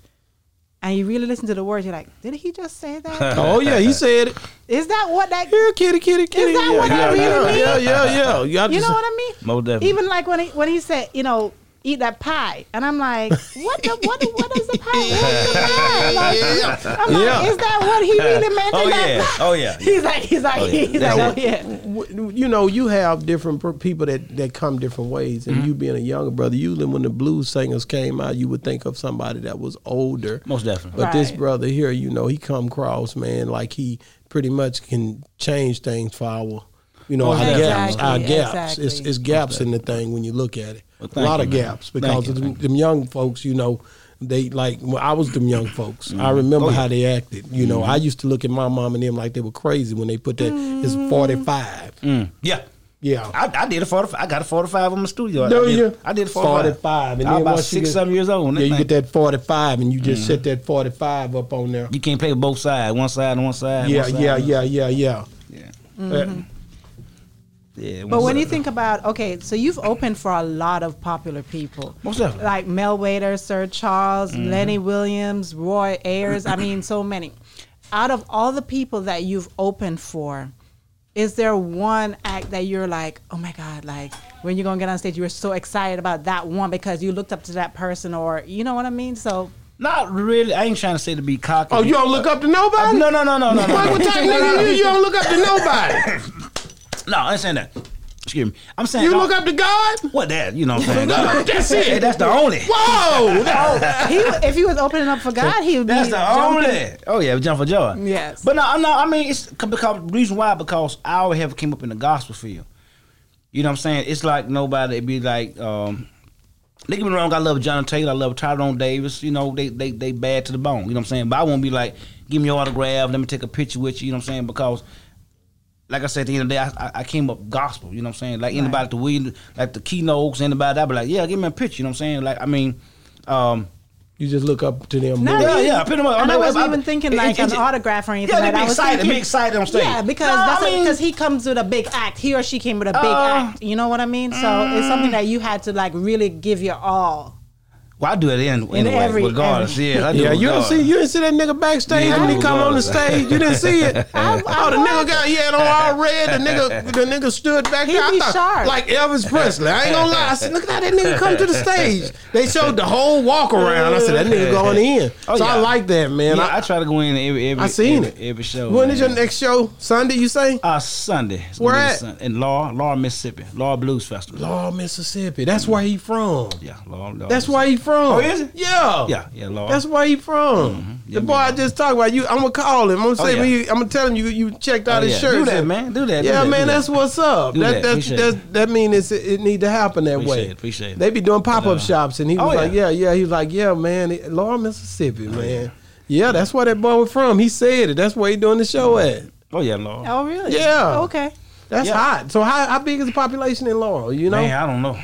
and you really listen to the words, you're like, did he just say that?
Oh yeah, he said it.
Is that what that?
Here, kitty, kitty, kitty.
that
yeah,
what
yeah,
that
yeah,
really
yeah, yeah, yeah. You,
You know what I mean?
Most definitely.
Even like when he when he said, you know, eat that pie, and I'm like, what the what the- what is the pie? What is the pie? Like,
Yeah.
I'm
Yeah.
like, is that what he really meant?
Oh
in that
yeah.
pie?
Oh yeah.
He's like, he's like,
Oh, yeah.
he's
That's
like,
it.
oh yeah.
w- you know, you have different per- people that, that come different ways, and you being a younger brother, usually when the blues singers came out, you would think of somebody that was older.
Most
But
definitely.
this
Right.
brother here, you know, he come across, man, like he pretty much can change things for our, you know,
Oh,
our
definitely.
gaps, our
Exactly,
gaps. It's,
exactly.
it's gaps in the thing when you look at it.
Well,
a
thank
lot
you,
of
man.
gaps
Thank
because
you,
of them,
thank
them young folks, you know. They like when I was them young folks. I
Mm-hmm. Oh,
remember how they acted. You know, I used to look at my mom and them like they were crazy when they put that. It's
Mm.
forty five.
Yeah.
Yeah.
Mm. I, I did a 45. I got a 45 on my studio.
Do
I did,
you?
I did a 45.
45, and
I was
then
about
once you
six,
get-
seven years old. when
Yeah, you
thing- Mm-hmm.
get that 45 and you just set that 45 up on there.
You can't play with both sides. One side and one side.
Yeah,
one side,
yeah,
one-
yeah, yeah, yeah.
Yeah.
Uh,
Yeah.
But
one
when you
side.
think about okay, so you've opened for a lot of popular people,
Most definitely.
like Mel Wader, Sir Charles, Lenny Williams, Roy Ayers. I mean, so many. Out of all the people that you've opened for, is there one act that you're like, oh my god, like when you're gonna get on stage, you were so excited about that one because you looked up to that person, or you know what I mean? So
Not really. I ain't trying to say to be cocky.
oh, you don't look up to nobody?
No, no, no, no, no, no.
Fuck
no.
with that nigga, you, you don't look up to nobody.
No, I ain't saying that. Excuse me. I'm saying
You
no,
look up to God?
What that? You know what I'm saying?
That's
Hey,
it.
that's the only.
Whoa! that-
oh, he, if he was opening up for God, he would be.
Oh, That's the
jumping.
only. Oh yeah, jump for joy.
Yes.
But no, I'm not. I mean, it's c- because reason why because I always have came up in the gospel field. You know what I'm saying? It's like nobody. It'd be like. um they get me wrong, I love John Taylor, I love Tyrone Davis, you know, they, they they bad to the bone, you know what I'm saying? But I won't be like, give me your autograph, let me take a picture with you, you know what I'm saying? Because like I said, at the end of the day, I, I- I came up gospel. You know what I'm saying? Like anybody at the weed, like the keynotes, anybody, I'd be like, yeah, give me a picture. You know what I'm saying? Like I mean, um,
You just look up to them.
No,
more.
Yeah, yeah, pretty much.
And I
I-
wasn't
I-
even thinking
it-
like
it-
an
it-
autograph or anything.
Yeah, they
like that.
be
I was
excited,
thinking-
be excited on stage.
Yeah, because
No,
that's
I mean-
because he comes with a big act. He or she came with a big
Uh, mm.
act. You know what I mean? So it's something that you had to like really give your all.
Well, I do it in, anyway,
every-
regardless.
every-
Yeah, I do
Yeah, you
it
didn't
regardless.
see you didn't see that nigga backstage
Yeah,
when he
I'm
come on the
regardless.
stage. You didn't see it. oh, the nigga got he had on all red. The nigga the nigga stood back there. I
be
thought,
sharp.
like Elvis Presley. I ain't gonna lie. I said, look at how that nigga come to the stage. They showed the whole walk around. I said that nigga going in.
Oh,
so I
yeah.
like that man.
Yeah, I,
I,
try to go in every every
I seen
every,
it.
every show.
When is
man.
your next show? Sunday? You say?
Uh, Sunday. It's
Where
gonna be
at?
Sunday. in Law, Law, Mississippi, Law Blues Festival.
Law, Mississippi. That's where he from.
Yeah, Law. Law
That's where he from.
Oh, is it?
Yeah.
Yeah, yeah, Law.
That's where he from.
Yeah,
the boy I
man.
just talked about. You, I'm gonna call him. I'm gonna say,
yeah.
you- I'm gonna tell him you you checked out
Oh,
his
yeah.
shirt.
Do that, man. Do that. do
Yeah,
that, do
man,
that.
that's what's up.
Do
That
that.
that
Appreciate
that, that mean it's, it need to happen that
Appreciate
way.
it. Appreciate it.
They be doing pop
But,
up
uh,
shops, and he was
oh,
like, yeah,
yeah. Oh,
yeah. He was like, yeah, man, it- Laurel, Mississippi, man. Yeah, that's where that boy was from. He said it. That's where he doing the show at.
Oh yeah, Law.
Oh, really?
Yeah.
Okay.
That's
Yeah.
hot. So how, how big is the population in Laurel? You know,
Man, I don't know. I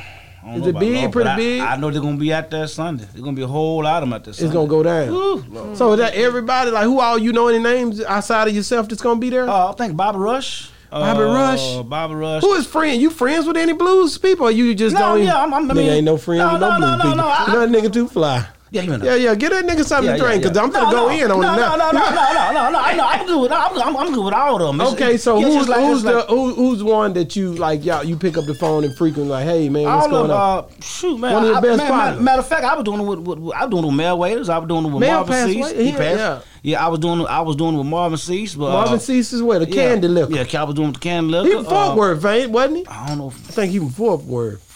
don't
Is
know
it
about
big?
Law, but
Pretty
I-
big?
I know they're gonna be out there Sunday. There's gonna be a whole lot of them out there. Sunday.
it's gonna go down.
Ooh,
So is that everybody like who all you know any names outside of yourself that's gonna be there?
Uh, I think Bobby Rush.
Bobby
uh,
Rush?
Bobby Rush.
who is friend? You friends with any blues people? Or you just
No,
don't? even-
yeah, I'm- I'm- I
nigga
mean-
ain't no friend
No,
with no,
no,
blues
no, no,
people.
no, I-
You know that nigga too fly.
Yeah, give me
Yeah, yeah, get that nigga something to drink because I'm gonna
No,
go
no,
in on
no,
it
no,
now.
no, no, no, no, no, no. I know. I'm good with. I'm, I'm, I'm good with all of them. It's-
Okay, so
it's
who's
just like-
who's
it's like
the who, who's one that you like? Y'all, you pick up the phone and frequently like, hey man, what's
all of
going on?
uh, shoot, man.
One of your
I-
best
man, matter-
partners.
Matter of fact, I was doing it with, with, with I was doing it with Mel Waiters. I was doing it with
Mel
Marvin
passed
Cease.
away?
He
Yeah,
passed.
yeah.
Yeah. I was doing I was doing it with Marvin Cease. But,
Marvin
uh,
Cease is where the
yeah.
candy liquor.
Yeah, I was doing it with the candy liquor. Uh,
He from Fort Worth, ain't wasn't he? I
I don't know. If,
think he from Fort Worth.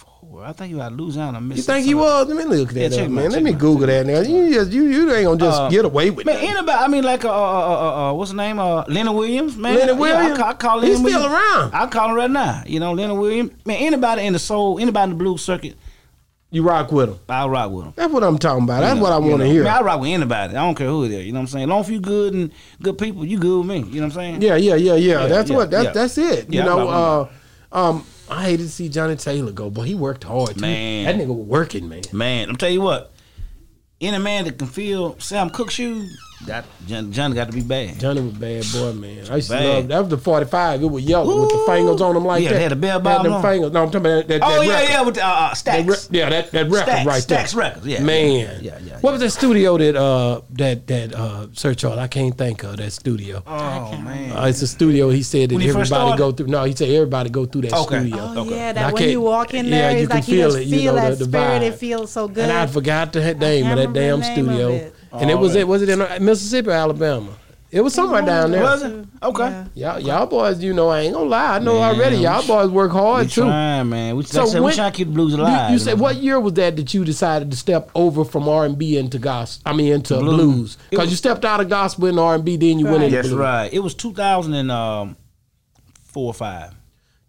I think he was out of Louisiana.
You think he was? Let me look that
Yeah, check
up,
him out,
man. Let
check
me
him out,
Google
check
that now. You just you you ain't gonna just
Uh,
get away with
Man,
it.
anybody, I mean, like, uh, uh, uh, uh, uh, what's his name? Uh, Leonard Williams, man.
Leonard
Yeah,
Williams?
I, ca- I call
He's
Leonard
still
Williams.
around.
I call him right now. You know, Leonard Williams. Man, anybody in the soul, anybody in the blue circuit,
You rock with him.
I rock with him.
That's what I'm talking about. That's what I want to
You know,
hear.
Man, I rock with anybody. I don't care who it is. You know what I'm saying? As long as you good and good people, you good with me. You know what I'm saying?
Yeah, yeah, yeah, yeah.
Yeah,
that's
yeah,
what that's
yeah.
that's it. You
Yeah, I
know, uh,
love
um, I hated to see Johnny Taylor go, but he worked hard. too.
Man.
that nigga was working, man.
Man, I'm tell you what. Any man that can feel Sam Cooke's shoes, got Johnny, Johnny got to be bad.
Johnny was a bad boy, man. I used
Bad.
to love that was the forty five. It was yellow with the
Ooh.
fingers on them like
Yeah,
that.
they had a bell
Had
bottom
them
on.
fingers. No, I'm talking about that. that
Oh
that
yeah,
record.
yeah, with uh, uh,
That
stacks.
re- yeah, that, that record
Stax,
right there.
Stax Records, yeah,
man.
yeah, yeah,
What
yeah.
was that studio that uh that that uh search on? I can't think of that studio.
oh man.
Uh, it's a studio. He said that
When he first
everybody
started?
go through. No, he said everybody go through that
Okay.
studio.
Oh
Okay.
yeah,
I
that when
can't-
you walk in
yeah,
there,
you
it's
can
like
feel
you
it,
just
you
feel
know,
that
the- the
spirit.
vibe.
It feels so good.
And I forgot the he- name of
can't
that damn
remember the name of
studio.
it.
And it was it was it in uh, Mississippi, or Alabama. It was somewhere down there.
Was it? Okay.
Yeah.
Y'all, y'all boys, you know, I ain't gonna lie. I know
Man,
already.
we
Y'all
sh-
boys work hard
We
too.
trying, man. We, like I said, we
when-
trying to keep the blues
you-
alive.
You, said what year was that that you decided to step over from R and B into gospel? I mean into
Blues.
blues
It
because
was-
you stepped out of gospel and R and B, then you went
Right.
into
That's
blues.
right. It was 2004 or 5.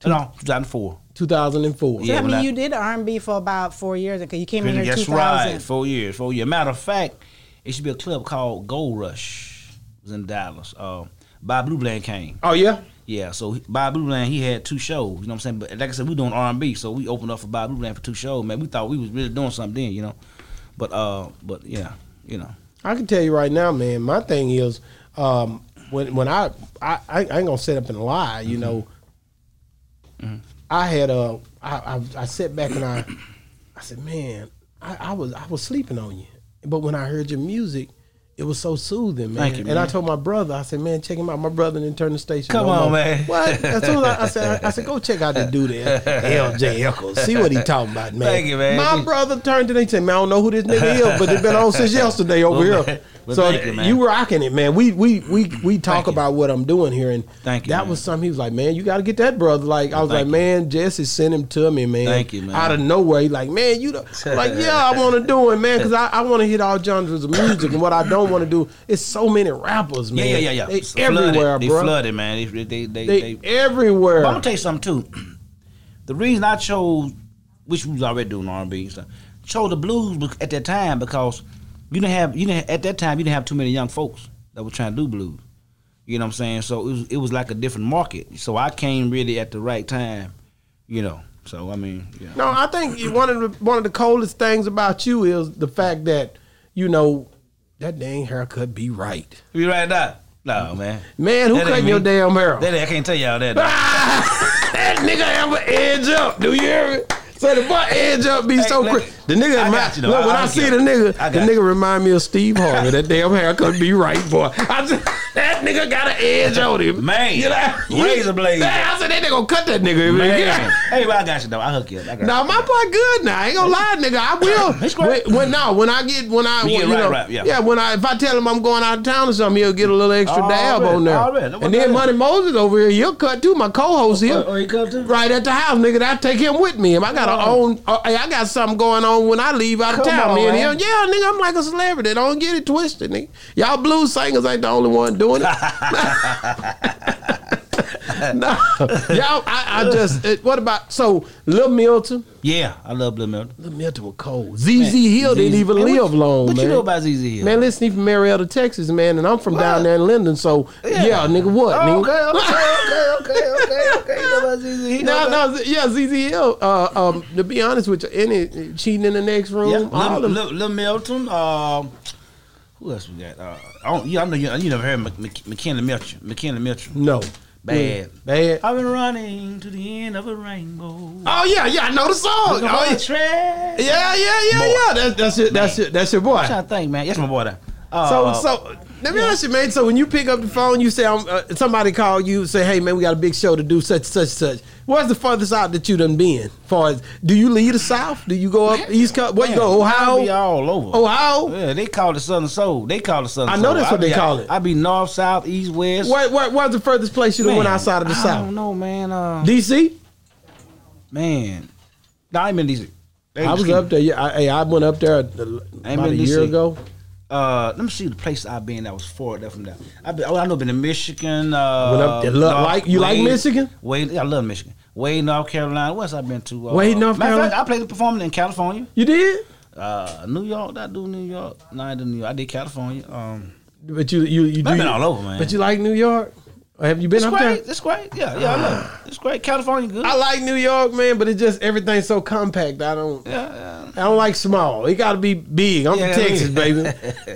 No, 2004.
2004.
So,
Yeah,
I
when I-
mean, you did R and B for about four years because you came in here
That's
two thousand.
right. Four years. Four years. Matter of fact, it should be a club called Gold Rush. It was in Dallas. Uh, Bob Bluebland came.
Oh yeah.
Yeah, so he- Bob Bluebland, he had two shows. You know what I'm saying? But like I said, we doing R&B, so we opened up for Bob Bluebland for two shows. Man, we thought we was really doing something then, you know. But uh, but yeah, you know.
I can tell you right now, man. My thing is, um, when when I I, I ain't gonna sit up and lie. You know,
Mm-hmm.
I had a I, I I sat back and I I said, man, I, I was I was sleeping on you, but when I heard your music. It was so soothing, man.
Thank you,
And I
man.
told my brother, I said, "Man, check him out." My brother didn't turn the station.
Come
on,
on, man.
What? As soon as I, I said, I, I said, "Go check out this dude, there, L.J. Eccles. See what he talking about, man."
Thank you, man.
My brother turned to me and said, "Man, I don't know who this nigga is, but they been on since yesterday over
Well,
here."
man. Well,
so
thank you,
you,
man.
were rocking it, man. We we we we talk
you.
about what I'm doing here, and
Thank you,
that
man.
was something. He was like, "Man, you got to get that brother." Like I was like,
thank you.
"Man, Jesse sent him to me, man."
Thank you, man.
Out of nowhere, he like, "Man, you the, I'm like, yeah, I want to do it, man, because I, I want to hit all genres of music, and what I don't want to do is so many rappers, man.
Yeah, yeah, yeah, yeah.
They
It's
everywhere,
flooded. They
bro.
flooded, man. They they they,
They,
they,
everywhere.
But I'm gonna tell you something too. The reason I chose, which we was already doing R and B stuff, chose the blues bec- at that time because you didn't have you didn't at that time you didn't have too many young folks that were trying to do blues. You know what I'm saying? So it was it was like a different market. So I came really at the right time. You know. So I mean, yeah.
No, I think you- one of the one of the coldest things about you is the fact that you know that dang haircut be right.
You right now? No man.
Man, who
That ain't
cutting
me.
your damn hair?
That, I can't tell y'all that. though.
Ah, that nigga have an edge up. Do you hear me? So the boy edge up be
Hey,
so
look,
crazy. The nigga,
I
remind,
got you, though.
look,
I-
when
I
I,
get
see
it.
the nigga,
I
the
got
nigga remind me of Steve Harvey. that damn haircut be right, boy. I said, that nigga got an edge on him.
Man, razor blade.
Man, I said, that nigga gonna cut that nigga. if he
Man.
get-
hey, well, I got you though. I hook you up. I got
Now
you.
my boy good now. I ain't gonna lie, nigga. I
It's
will.
great.
when, when now when I get when I
You
when,
get
you
right,
know,
right, yeah.
when I if I tell him I'm going out of town or something, he'll get a little extra
All
dab
right,
on there.
all right. That's what
And then
that
Money Moses over here, he'll cut too. My co-host here,
oh, he come too?
right at the house, nigga. I take him with me. If I got a own, uh, hey, I got something going on when I leave out of
Come
town.
on,
me and
man.
him, yeah, nigga, I'm like a celebrity. Don't get it twisted, nigga. Y'all blues singers ain't the only one doing it. no, y'all. I, I just. It, what about so Lil Milton?
Yeah, I love Blue Melton.
Little Milton was cold. ZZ Hill didn't even
Man, what
live
you-
long,
What
man.
you know about ZZ Hill?
Man, listen, he from Marietta, Texas, man, and I'm from down there in Linden, so yeah, nigga, what,
Oh,
nigga?
okay, okay, okay, okay, okay. You know about ZZ Hill?
No, no, Z- yeah, ZZ Hill. Uh, um, to be honest with you, any cheating in the next room,
Yeah,
all
Lil,
of
Lil, Lil Milton. Um, who else we got? Uh, I don't. Yeah, I know you. You never heard Mc, Mc, McKenna Mitchell. McKenna Mitchell.
no,
Bad.
bad.
I've been running to the end of a rainbow.
Oh yeah, yeah, I know the song. Oh,
Looking for a
yeah,
track.
yeah, yeah, yeah. That's that's it. That's it. That's your boy.
I'm trying to think, man. Yes, my boy. There.
So
Uh,
so let me ask you, man. So when you pick up the phone, you say um, uh, somebody call you, say, "Hey, man, we got a big show to do, such such such." Where's the furthest out that you done been? Far as do you leave the South? Do you go up East Coast? Where you go?
I be
Ohio?
all over.
Ohio?
Yeah, they call it Southern Soul. They call it Southern
Oh, I
Soul.
know that's what
be-
they call it.
I be north, south, east, west.
Where, where, where's the furthest place you done
Man,
went outside of the
I don't
South?
know, man. Uh,
D.C.
Man, no, I ain't been DC.
I was up there. Yeah, I, hey, I went up there the,
Ain't
about a
been
year
DC.
ago.
Uh, let me see the place I've been that was far that from that. I been, oh, I know been in Michigan. Uh,
Went up there. Lo-
North-
like- you like Michigan?
Wade, yeah, I love Michigan. Wade, North Carolina. What else I been to? Uh,
Wade, North
matter of fact,
Carolina?
I played the performance in California,
You did,
uh, New York. I do New York. No, I did New York. I did California. Um,
but you you you do.
I've been
you-
all over, man.
But you like New York? Have you been
it's
up there?
great. It's great. Yeah, yeah, I love it. It's great. California, good.
I like New York, man, but it just everything's so compact. I don't.
yeah, yeah.
I don't like small. It got to be big. I'm
Yeah,
from Texas,
I
baby.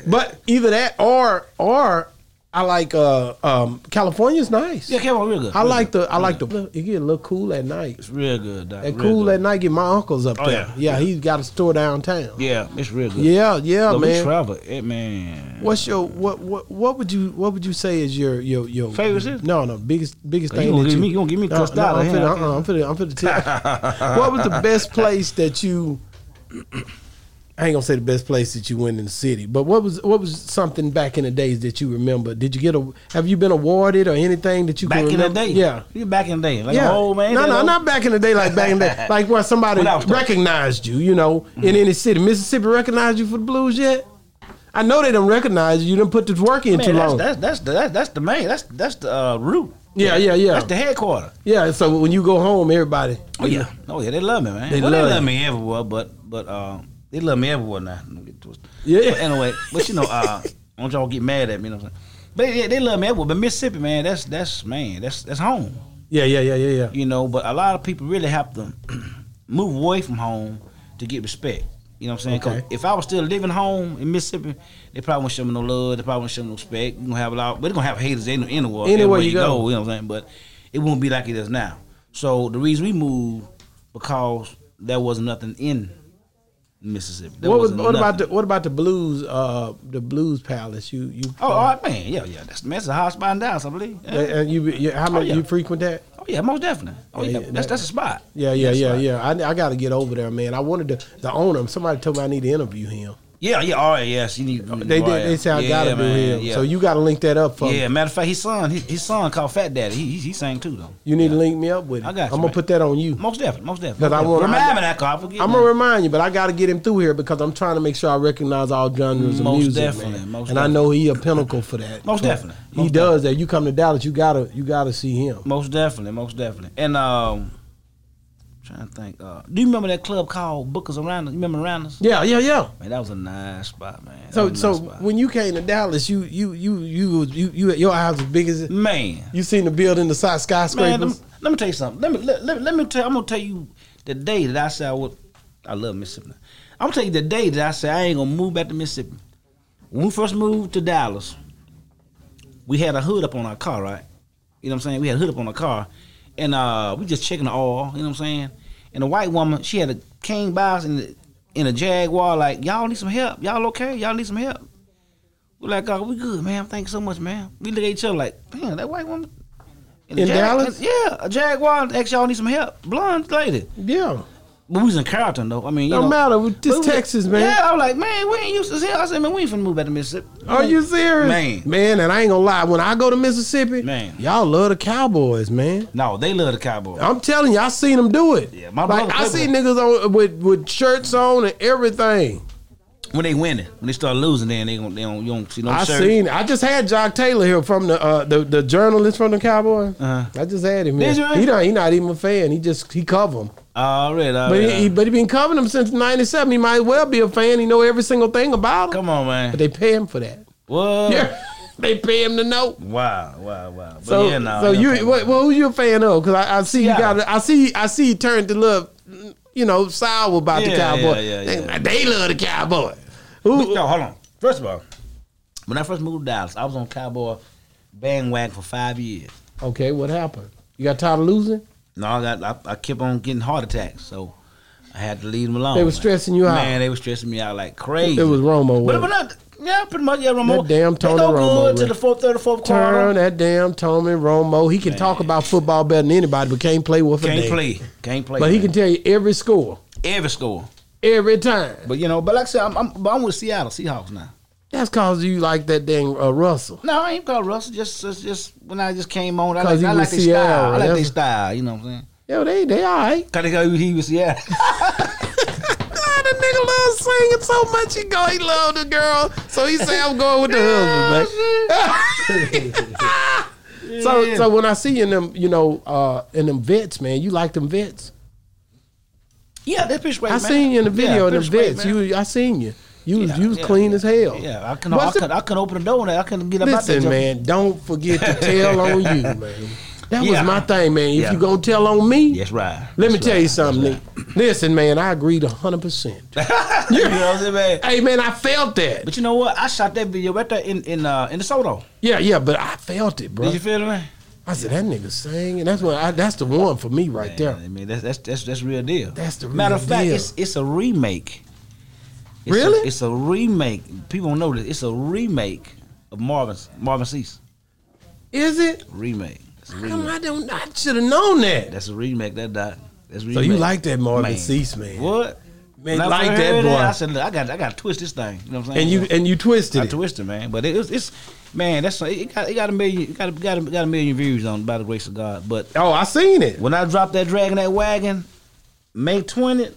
But either that or or I like uh um California's nice.
Yeah, California real good.
I
real
like
good.
the I like the it get a little cool at night.
It's real good. Doc,
That
real
cool
good.
at night. Get my uncles up
Oh,
there. Yeah,
yeah.
he's got a store downtown. Yeah,
Yeah, it's real good.
yeah,
Look, We
man.
travel, it man.
What's your what what what would you what would you say is your your your
Favorite shit?
No, no, biggest biggest
Oh, You
thing
gonna
that
give
you
me- you gonna give me
no, no,
Tostada
I'm
here,
finna,
I can't.
uh-uh, I'm finna, I'm finna tell. what was the best place that you? I ain't gonna say the best place that you went in the city, but what was what was something back in the days that you remember? Did you get a? Have you been awarded or anything that you
Back
can
in the
remember?
day,
Yeah.
you back in the day, like
Yeah.
an old man.
No,
that
no,
old-
not back in the day, like back in the day, like where somebody
When I was Mm-hmm. starting.
recognized you. You know, in any city, Mississippi recognized you for the blues yet? I know they don't recognize you. You didn't put this work in
Man,
too
that's,
long.
that's that's the that's, that's the main. That's that's the uh, root.
yeah, yeah, yeah,
That's the headquarter.
yeah. So when you go home, everybody.
Oh yeah, oh yeah, they love me, man.
They
well,
love
they love
you.
me everywhere, but but uh, they love me everywhere now. Don't get twisted.
Yeah.
But anyway, but you know, uh, don't y'all get mad at me. You know what I'm saying? But yeah, they love me everywhere. But Mississippi, man, that's that's man, that's that's home.
Yeah, yeah, yeah, yeah, yeah.
You know, but a lot of people really have to move away from home to get respect. You know what I'm saying? 'Cause
Okay.
if I was still living home in Mississippi, they probably wouldn't show me no love. They probably wouldn't show me no respect. We're gonna have a lot. We're gonna have haters any,
Anywhere
anywhere, everywhere
you go.
You know what I'm saying? But it won't be like it is now. So the reason we moved because there was nothing in Mississippi. There
What was
wasn't
what about the
nothing.
what about the blues? Uh, the blues palace. You you.
Oh, all right, man. Yeah, yeah. That's, that's a hot spot in Dallas, I believe. Yeah.
And- and you, you how much
yeah.
you frequent that?
Oh yeah, most definitely. Oh
Yeah, yeah,
yeah, that's
that-
that's a spot.
Yeah, yeah,
That's a
yeah,
spot.
yeah. I, I got to get over there, man. I wanted to the owner. Somebody told me I need to interview him.
Yeah, yeah, all right, yes. You need,
They did.
oh, yeah.
They said I
Yeah,
gotta
man,
do him.
yeah.
So you gotta link that up for me.
Yeah, matter of fact, his son, his, his son called Fat Daddy. He, he, he sang too though.
You need to link me up with it.
I got you,
I'm gonna
man.
put that on you.
Most definitely, most definitely.
'Cause I
Most
wanna-
definitely.
I-
Remind me that car. I forget.
I'm
man.
gonna remind you, but I gotta get him through here because I'm trying to make sure I recognize all genres
Most
of music.
definitely,
man.
most
and I know he a pinnacle for that.
Most
So
definitely,
He
most
does that. You come to Dallas, you gotta you gotta see him.
most definitely, most definitely. And um, trying to think. Uh, do you remember that club called Bookers Around Us? You remember Around Us?
Yeah, yeah, yeah.
Man, that was a nice spot, man. That
So
was a
so
nice spot.
when you came to Dallas, you you you you you, you your eyes as big as
man,
you seen the building the size
man, lem-
skyscrapers.
let, me tell you something. Let me let, let, let me tell. I'm gonna tell you the day that I said I would. I love Mississippi. I'm gonna tell you the day that I said I ain't gonna move back to Mississippi. When we first moved to Dallas, we had a hood up on our car, right? You know what I'm saying? We had a hood up on our car, and uh, we just checking the oil. You know what I'm saying? And a white woman, she had a cane by us in the, in a Jaguar. Like y'all need some help. Y'all okay? Y'all need some help. We're like, oh, we good, ma'am. Thank you so much, ma'am. We look at each other like, damn, that white woman.
In
Jag-
Dallas?
Yeah, a Jaguar. Ask y'all need some help. Blonde lady.
yeah.
But we was in Carrollton, though. I mean, you
Don't
know,
matter. This
But we-
Texas, man.
Yeah, I'm like, man, we ain't used to see. I said, man, we ain't finna move back to Mississippi.
Are you serious?
Man.
Man, and I ain't gonna lie, when I go to Mississippi,
Man.
y'all love the Cowboys, man.
No, they love the Cowboys.
I'm telling you, I seen them do it.
Yeah, my
like,
brother
I
played
seen niggas on with with shirts on and everything.
when they winning, when they start losing, then they don't, they don't, you don't see no
I
shirt.
seen. I just had Jock Taylor here from the uh, the the journalist from the Cowboy.
Uh-huh.
I just had him.
Did
here.
you? Oh,
He not he not even a fan. He just he cover him.
All right, all
But
right.
he, he but he been covering them since '97. He might as well be a fan. He know every single thing about him.
Come on,
But
man.
they pay him for that.
What?
Yeah, they pay him to know.
Wow, wow, wow. But
So,
yeah, no,
so
yeah,
you,
okay.
what, well, who you a fan of? Because I, I see you
Yeah.
got, I see, I see you turned to love, you know, sour about the
Yeah,
cowboy.
yeah, yeah,
they,
yeah.
they love the cowboy. Who?
No, hold on. First of all, when I first moved to Dallas, I was on Cowboy bandwagon for five years.
Okay, what happened? You got tired of losing?
No, I got I, I kept on getting heart attacks, so I had to leave them alone.
They were
man.
stressing you out.
Man, they were stressing me out like crazy.
It was Romo.
But,
wasn't it?
but not, yeah, pretty much yeah, Romo.
That damn
They
Tony
go
Romo,
good to
man.
the fourth, third, or fourth
Turn
quarter.
that damn Tommy Romo. He can talk about football better than anybody, but can't play with a
Can't
damn.
play, can't play.
But he can
man.
tell you every score,
every score.
every time.
But you know, but like I said, I'm, I'm, but I'm with Seattle Seahawks now.
That's cause you like that dang uh, Russell.
No, I ain't called Russell. Just, just, just when I just came on, I
'Cause
like,
he
I
was
like their
Seattle,
style. I like their
that's-
style. You know what I'm saying?
Yo, they they all right.
Cause they go, he was Seattle.
God, the nigga loves singing so much. He go, he love the girl, so he say I'm going with the husband, man. so,
Yeah.
so when I see you in them, you know, uh, in them vets, man, you like them vets.
yeah, that's pretty straight.
I
man.
seen you in the
Yeah,
video in them
pretty straight,
vets.
man.
You, I seen you. You, was
Yeah,
you was
yeah,
clean
yeah.
as hell.
Yeah, I couldn't. I
What's
couldn't.
the-
I couldn't open the door. and I couldn't get up out there.
Listen,
Joe.
man, don't forget to tell on you, man. That
Yeah.
was my thing, man. If
Yeah.
you gonna tell on me,
Yes, right.
let me
That's
tell
right.
you something.
That's
nigga. Listen, man, I agreed hundred percent.
right. you know what I'm saying, man?
Hey, man, I felt that.
But you know what? I shot that video right there in in uh, in the Soto.
Yeah, yeah, but I felt it, bro.
Did you feel me?
I said that nigga sang, and that's what I, that's the one for me right
Yeah,
there.
I mean that's that's that's that's real deal.
That's the
matter
real
of fact.
deal.
It's it's a remake. It's
Really?
A, it's a remake. People don't know this. It's a remake of Marvin's Marvin Cease
Is it?
remake. It's a
Come,
remake.
I don't. I should have known that.
That's a remake. That doc. That's a
So you
remake.
like that Marvin Cease, man.
What?
Man,
When I
like
first
that
heard
boy.
I said, look, I got I got to twist this thing. You know what I'm saying?
And you and you twisted
I
it.
twisted, man. But it, it's, it's man. That's it. Got it got a million. It got a, got a, got a million views on by the grace of God. But
Oh, I seen it.
When I dropped that dragon, that wagon, May 20th,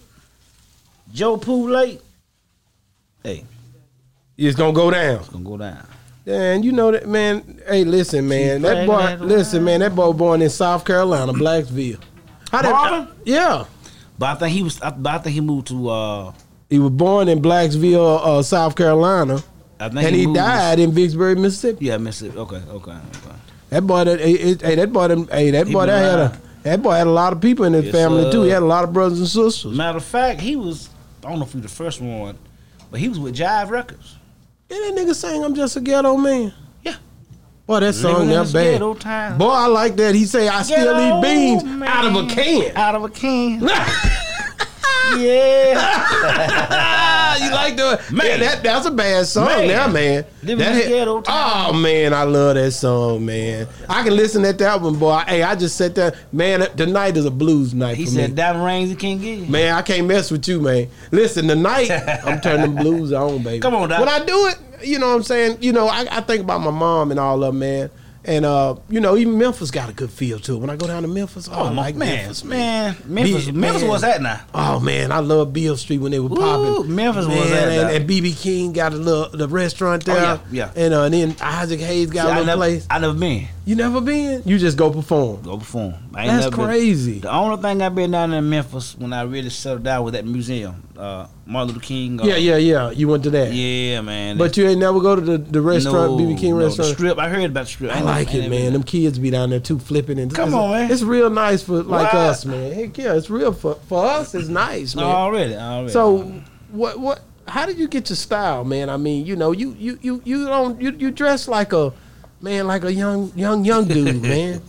Joe Poo Lake, hey,
It's gonna go down.
gonna go down.
And you know that man. Hey, listen, man. That
dragging
boy.
that
listen, man. That boy born in South Carolina, Blacksville. How
Marvin?
yeah.
But I think he was. I, but I think he moved to. uh
He was born in Blacksville, uh, South Carolina,
I think
and he
moved to-
died in Vicksburg, Mississippi.
yeah, Mississippi. Okay, okay, okay.
That boy, that hey, it- hey, that boy, done- hey, that
He
boy, that
been
had a,
around.
that boy had a lot of people in his
Yes,
family too. He
sir.
had a lot of brothers and sisters.
Matter of fact, he was. I don't know if he was the first one, but he was with Jive Records.
And that nigga sang, "I'm just a ghetto man."
Yeah.
Boy, that song
Living in
that
this
bad.
ghetto time.
Boy, I like that. He say, "I still
Ghetto
eat beans
man.
out of a can."
Out of a can. yeah.
Ah, you like the man?
Man.
that, that's a bad song,
Man.
now, man.
Living
That
in
hit-
ghetto time.
oh man, I love that song, man. I can listen to that one, boy. Hey, I just sat there, man. Tonight is a blues night
He
for
said,
me.
"Diamond rings he can't get." You.
Man, I can't mess with you, man. Listen, tonight I'm turning blues on, baby.
Come on, Doc.
When I do it, you know what I'm saying? You know, I, I think about my mom and all of them, man. And uh, you know, even Memphis got a good feel to it. When I go down to Memphis, oh, I
my-
like
man,
Memphis,
man, Memphis,
Be-
Memphis
man.
was that now.
Oh man, I love Beale Street when they were popping.
Memphis was
Man,
that,
and-
Doc.
And BB King got a little the restaurant there.
yeah, yeah.
And, uh, and then Isaac Hayes got a
See, I
little
never,
place.
I never been.
You never been? You just go perform.
Go perform. I ain't
That's
never been-
crazy.
The only thing I've been down there in Memphis when I really settled down was that museum, uh, Martin Luther King. uh,
Yeah, yeah, yeah. You went to that.
yeah, man.
But you ain't never go to the, the restaurant, BB King
no, the
restaurant.
Strip. I heard about the strip.
I
ain't
like
never-
it,
ain't
man.
never-
Them kids be down there too flipping and
Come
it's-
on, man.
It's real nice for like
Why?
us, man. Heck yeah, it's real for for us. It's nice, man.
No, already, already.
so what what? How did you get your style, man? I mean, you know, you you you you don't you, you dress like a man, like a young young young dude, man.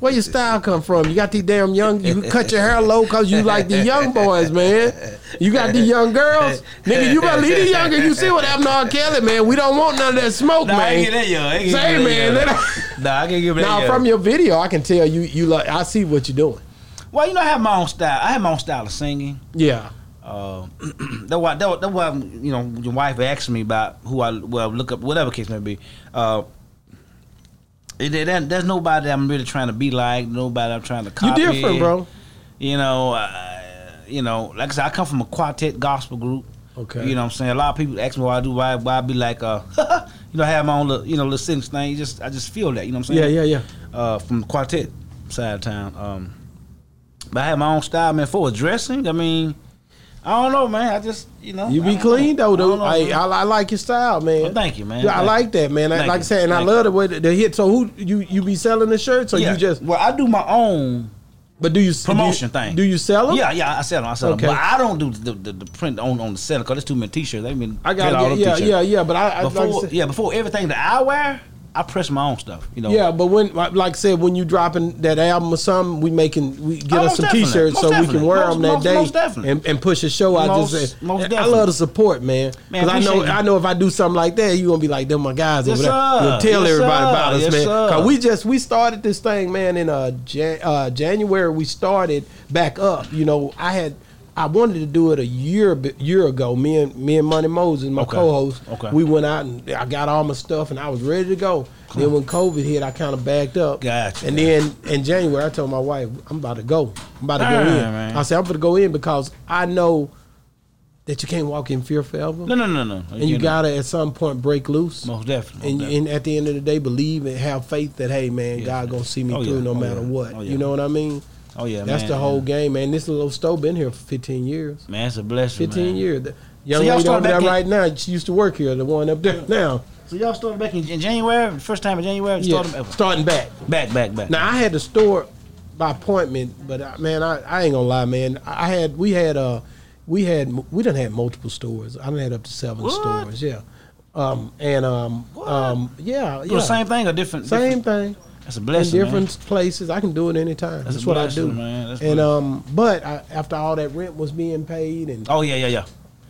Where your style come from? You got these damn young. You cut your hair low because you like the young boys, man. You got the young girls, nigga. You better leave the younger. You see what happened to R. Kelly, man? We don't want none of that smoke,
nah,
man.
I ain't get that young. I ain't get
Say,
that
man,
young.
that-
Nah, I can't give it that
Now,
young.
from your video, I can tell you, you like, I see what you're doing.
well, you know, I have my own style. I have my own style of singing.
Yeah,
Uh, that why that, that why you know your wife asked me about who I well look up whatever case may be. Uh, it- there- there- there's nobody I'm really trying to be like. Nobody I'm trying to
you
copy.
different, bro.
You know, uh, you know, like I said, I come from a quartet gospel group.
Okay.
You know, what I'm saying a lot of people ask me why I do why why I be like uh, you know, I have my own little you know little sentence thing. You just I just feel that you know what I'm
Yeah,
saying
yeah, yeah.
uh, from the quartet side of town. Um, but I had my own style, man. For dressing, I mean, I don't know, man. I just, you know,
You
I
be
don't
clean
know.
though, dude.
I,
I,
don't know,
I,
man.
I like your style, man.
Well, thank you, man.
Yeah, I
Thank
like that, man. I,
Thank
like I
you.
said, and I
Thank
love the way the, the hit. So who you you be selling the shirts, or
Yeah.
you just
well, I do my own.
but do you
Promotion
do you,
thing.
Do you sell them?
Yeah, yeah, I sell them. I sell
Okay.
them, but I don't do the, the, the print on on the selling because there's too many t-shirts. They been
I
print all
got
them
yeah, yeah,
t-shirts.
yeah, yeah. But I, I
Before,
like I said,
yeah, before everything that I wear, I press my own stuff. You know.
Yeah, but when like like I said, when you dropping that album or something, we making we get us
Oh, most
some
definitely.
T-shirts so
Most
we can wear
definitely.
them that
Most-
day
most definitely.
and and push a show. I
Most-
just said,
most
I
definitely.
love the support, man.
Man,
Because I know
appreciate you.
I know if I do something like that, you gonna be like, "Them my guys
Yes,
over there."
sir.
You'll tell
Yes,
everybody
sir.
about us,
Yes,
man.
sir.
'Cause we just we started this thing, man. In uh, Jan- uh January, we started back up. You know, I had. I wanted to do it a year b- year ago. Me and me and Money Moses, my
Okay.
co-host,
Okay.
we went out and I got all my stuff and I was ready to go. Then when COVID hit, I kind of backed up.
Gotcha.
And then in January, I told my wife, I'm about to go. I'm about to go
Damn,
in.
man.
I said, I'm going to go in because I know that you can't walk in fear forever.
No, no, no, no.
and you
know,
got to at some point break loose.
most definitely.
and,
most
and at the end of the day, believe and have faith that, hey, man, God going to see me
Oh,
through
yeah.
no
Oh,
matter
yeah.
what.
Oh, yeah.
You know what I mean?
definitely. Oh yeah,
That's
man,
the whole
Man,
game, man. This little stove been here for 15 years.
man it's a blessing.
15
man.
years. The young
y'all
lady
started
over there
back in-
right now, she used to work here, the one up there now.
So y'all started back in, in January, first time in January.
Yeah,
Started
starting back.
back, back, back.
Now I had to store by appointment, but I, man, I, I ain't gonna lie, man. I had we had uh we had we done had multiple stores. I done had up to seven
What?
stores. Yeah. Um and um um yeah
You know,
yeah
same thing or different?
same thing.
different- That's a blessing,
In
man.
different places, I can do it anytime.
That's
That's,
a
what
blessing,
I do.
man. That's
and
blessing.
um, but I, after all that rent was being paid and
Oh yeah, yeah, yeah.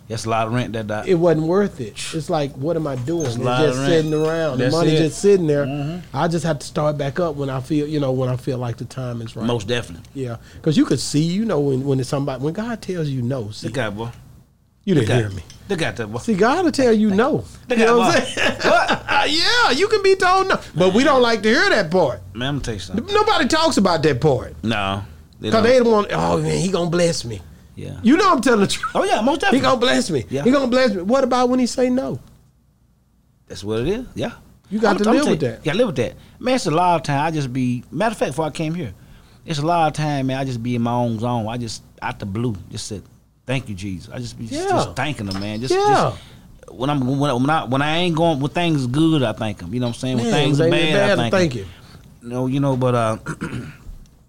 That's a lot of rent that died.
it wasn't worth it. It's like, what am I doing? It's
a lot
just
of rent.
sitting around.
That's
the money's
it. Mm-hmm.
just sitting there. I just have to start back up when I feel, you know, when I feel like the time is right.
Most definitely.
Yeah, because you could see, you know, when when it's somebody when God tells you no, see,
Look out, boy.
you didn't
Look
hear
out.
me.
Look out, that boy.
See, God will tell you no.
Look
you
out,
know
boy.
what I'm saying? yeah, you can be told no, but we don't like to hear that part.
Man, I'm gonna tell you something.
Nobody talks about that part
No. They
because
don't.
they don't want. Oh man, he gonna bless me.
yeah.
You know I'm telling the truth.
oh yeah, most
He
definitely.
gonna bless me.
Yeah.
He gonna bless me. What about when he say no?
That's what it is. Yeah.
You got to live
tell
with
you,
that.
Yeah, live with that. Man, it's a lot of time. I just be matter of fact, before I came here, it's a lot of time, man. I just be in my own zone. I just out the blue, just said, "Thank you, Jesus." I just be just,
Yeah.
just thanking him, man. Just,
Yeah.
just when I'm when, I- when I when I ain't going when things good, I thank him. You know what I'm saying? When
Man,
things
when
are
they
bad,
get bad,
I
I
thank,
thank
him.
you.
No, you know, but uh,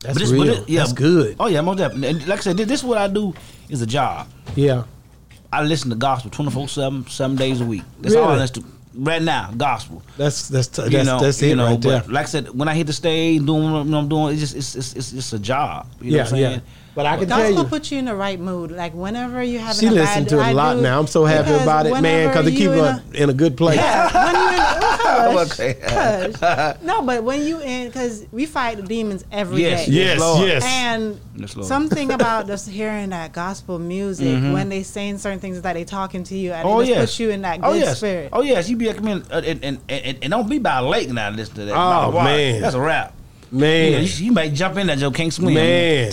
That's
but it's-
real.
but it- yeah,
That's good.
Oh yeah, most definitely. And like I said, this, this is what I do is a job.
Yeah.
I listen to gospel 24 7, seven days a week. That's all I
Really?
listen to right now, gospel.
That's that's that's,
you know,
that's it
you know,
right there.
but like I said, when I hit the stage doing what I'm doing, it's just it's it's, it's just a job. You know
yeah,
what I'm saying?
yeah. But I can tell
Gospel
you,
put you in the right mood. Like whenever you have.
She
an
listened to it
a
a lot now. I'm so happy about it, man, because it keep her in a good place.
when you in, hush,
Oh, Okay.
hush. No, but when you in, because we fight the demons every day.
Yes, Yes, Lord.
yes. Mm-hmm.
And
Yes, Lord.
something about just hearing that gospel music when they saying certain things that they talking to you and
Oh
it just
yes,
puts you in that good
oh, yes.
spirit.
Oh yes, you be a comedian, uh, and, and, and, and don't be by late now. Listen to that.
Oh,
Wow,
man.
that's a wrap. Yeah,
man.
you, you might jump in that Joe King swing.
Man,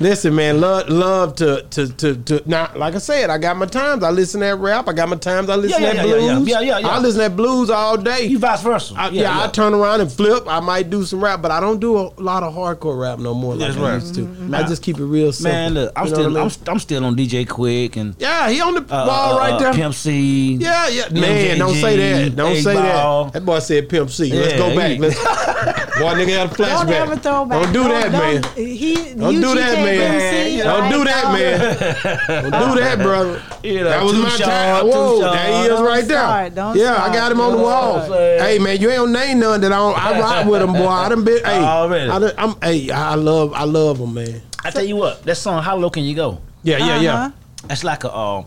listen, man, love, love to, to, to, to. Now, like I said, I got my times. I listen to that rap. I got my times. I listen
Yeah,
to
yeah,
that
yeah,
blues.
yeah, yeah, yeah, yeah.
I listen to that blues all day.
you vice versa.
I, yeah, I turn around and flip. I might do some rap, but I don't do a lot of hardcore rap no more like
That's
I
right.
used to.
Nah.
I just keep it real simple.
man, look, I'm
You know
still
what I mean?
I'm, st- I'm still on DJ Quick and
yeah, he on the
uh,
wall
uh,
right
uh,
there.
Pimp C.
Yeah, yeah, man, don't say that. Don't say that. That boy said Pimp C. Let's
Yeah,
go back.
he-
Let's, boy, nigga had a flashback.
Don't ever throw back.
Don't do that, man.
don't- He,
Don't
you
do that,
cheated,
man.
MC,
Don't
like, oh,
do that,
don't-
man. Don't do that, brother.
You know,
that was
too
my
sharp,
time.
too
Whoa,
sharp.
there he is
Don't
right there.
start, don't
yeah, I
start,
got him on the
don't
wall.
start.
Hey man, you ain't don't name none that I don't. I ride with him, boy. I done been. Hey,
Already.
I done, I'm. Hey, I love. I love him, man.
I tell you what, that song "How Low Can You Go."
Yeah, yeah, yeah.
Uh-huh.
That's like a uh,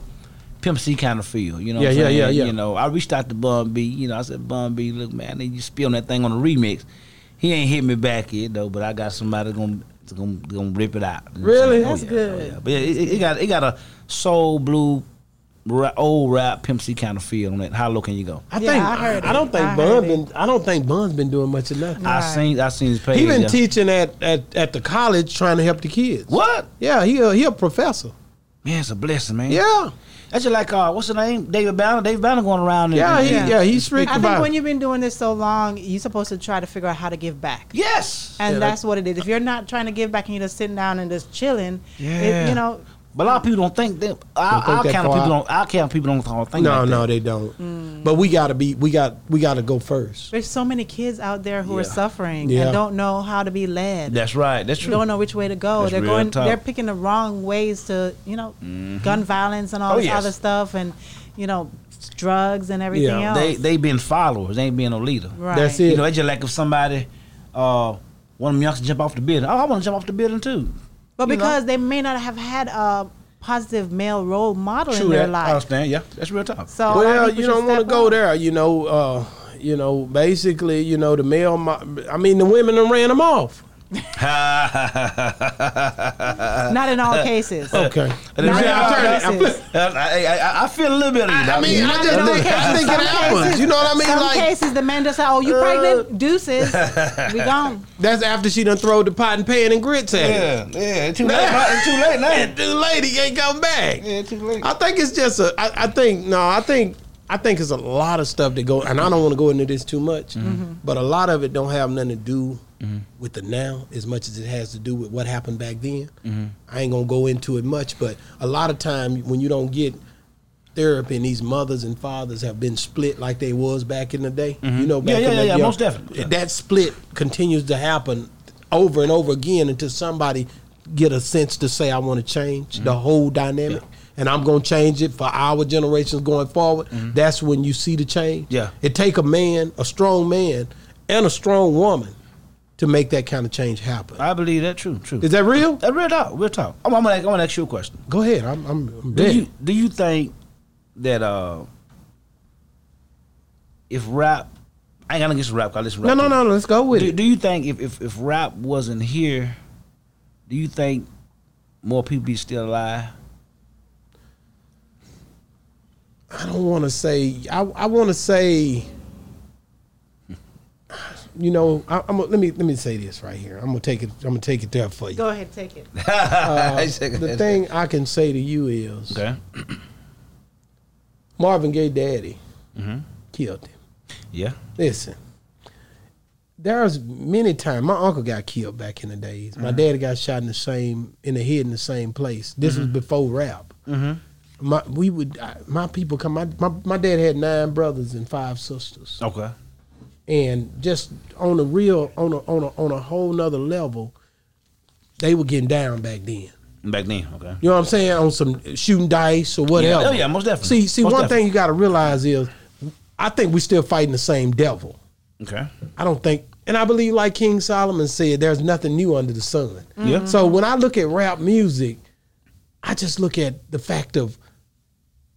Pimp C kind of feel, you know. what
Yeah,
I'm
yeah,
saying?
yeah, yeah.
You know, I reached out to Bun B. You know, I said, Bun B, look, man, I need you to spill that thing on the remix. He ain't hit me back yet though, but I got somebody gonna gonna, gonna rip it out. You know what I'm
Really?
saying? Oh,
That's
yeah,
good.
oh, yeah. But yeah, it, it- it got it got a soul blue, rap, old rap Pimp C kind of feel on it. How low can you go?
I
Yeah,
think.
I heard
don't
it.
think
I
Bun
heard
been. I don't think Bun's been doing much of nothing.
I
Right.
seen I seen his page.
He been
yeah.
teaching at, at at the college, trying to help the kids.
What?
Yeah, he a, he a professor.
Man, it's a blessing, man.
Yeah,
That's just like uh, what's the name? David Banner. David Banner going around. And,
yeah, he,
Yeah.
yeah. He's strict
I
about.
think
it.
when you've been doing this so long, you're supposed to try to figure out how to give back.
yes.
And
Yeah, that-
that's what it is. If you're not trying to give back and you're just sitting down and just chilling,
Yeah.
it, you know,
But a lot of people don't think that. Our,
Don't think
our
that
kind of
far
people
out.
don't. Our kind of people don't, don't think.
no,
like
no,
That.
they don't.
Mm.
But we gotta be. We got. We gotta go first.
there's so many kids out there who are
Yeah.
suffering
Yeah.
and don't know how to be led.
That's right. That's true.
don't know which way to go.
That's
they're
real
going.
tough.
They're picking the wrong ways to, you know, gun violence and all
Oh,
this
yes.
other stuff, and you know, s- drugs and everything
Yeah,
else.
They they been followers. They ain't being a leader.
right.
That's
You
it.
know, it's just like if somebody, uh, one of them youngsters jump off the building. Oh, I want to jump off the building too.
But
You know?
because they may not have had a positive male role model
True uh,
in their
that. I
life,
understand. Yeah, that's real tough.
so a lot of
well,
people
you
should
don't want to
step
go
up.
there. You know. uh You know. Basically, you know the male. mo- I mean, the women done ran them off.
Not in all cases.
Oh,
Okay.
And then-
Not
See,
in
I
all
turned it- I
cases.
flipped-
I, I, I, I feel a little bit of you.
I
dog.
mean, I
Not
just
in all
think, I
cases.
think it
Some
happens.
cases-
You know what I mean?
Some
Like
cases, the man just say, "Oh, you
uh,
pregnant? Deuces, we gone."
that's after she done throw the pot and pan and grits at it.
yeah, yeah. It's too late. now. It's too late now.
The lady ain't come back.
Yeah, it's too late.
I think it's just a. I, I think no. I think I think it's a lot of stuff that go, and I don't want to go into this too much,
Mm-hmm.
Mm-hmm. but a lot of it don't have nothing to do with the now as much as it has to do with what happened
Mm-hmm.
back then. I ain't gonna go into it much, but a lot of time when you don't get therapy and these mothers and fathers have been split like they was back in the day. You know, back
Mm-hmm. Yeah, yeah,
in the,
yeah, yeah,
you know,
most definitely. Yeah.
That split continues to happen over and over again until somebody get a sense to say I want to change
Mm-hmm.
the whole dynamic. And I'm gonna change it for our generations going forward. That's when you see the change.
Mm-hmm. Yeah.
it take a man, a strong man, and a strong woman to make that kind of change happen.
I believe that. True, true.
Is that real?
that real talk? Real talk. I'm, I'm gonna, I'm gonna ask you a question.
Go ahead. I'm. I'm, I'm
Do
ready.
you do you think that uh if rap I ain't gonna get rap, 'cause I listen to
no,
rap.
no,
too.
no, no. Let's go with
Do,
it.
do you think if, if if rap wasn't here, do you think more people be still alive?
I don't want to say. I, I want to say. You know, I, I'm. gonna- Let me let me say this right here. I'm gonna take it. I'm gonna take it there for you.
Go ahead, take it.
The thing I can say to you is
Okay.
Marvin Gaye, Daddy, killed him.
Yeah.
Listen, there's many times my uncle got killed back in the days. My daddy got shot in the same in the head in the same place. This was before rap. My we would I, my people come. My, my my dad had nine brothers and five sisters,
Okay.
and just on a real on a on a on a whole nother level, they were getting down back then.
Back then, okay.
You know what I'm saying? On some shooting dice or whatever.
oh yeah, most definitely.
See, see,
Most
one
definitely.
thing you got to realize is, I think we still fighting the same devil.
Okay.
I don't think, and I believe, like King Solomon said, there's nothing new under the sun.
Mm-hmm. Yeah.
So when I look at rap music, I just look at the fact of,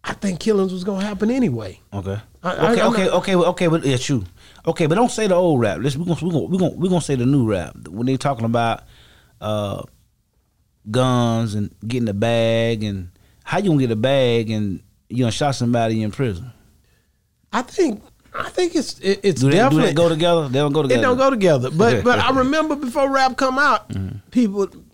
I think killings was gonna happen anyway.
Okay.
I- I-
okay,
I'm
okay,
not-
okay, well, okay, but yeah, true. Okay, but don't say the old rap. Let's we're gonna we're gonna we're gonna, we're gonna say the new rap when they talking about uh, guns and getting a bag and how you gonna get a bag and you gonna shot somebody in prison.
I think, I think it's it, it's
Do they, do
definitely
they go together? They don't go
it
together.
don't go together. But but I remember before rap come out,
Mm-hmm.
people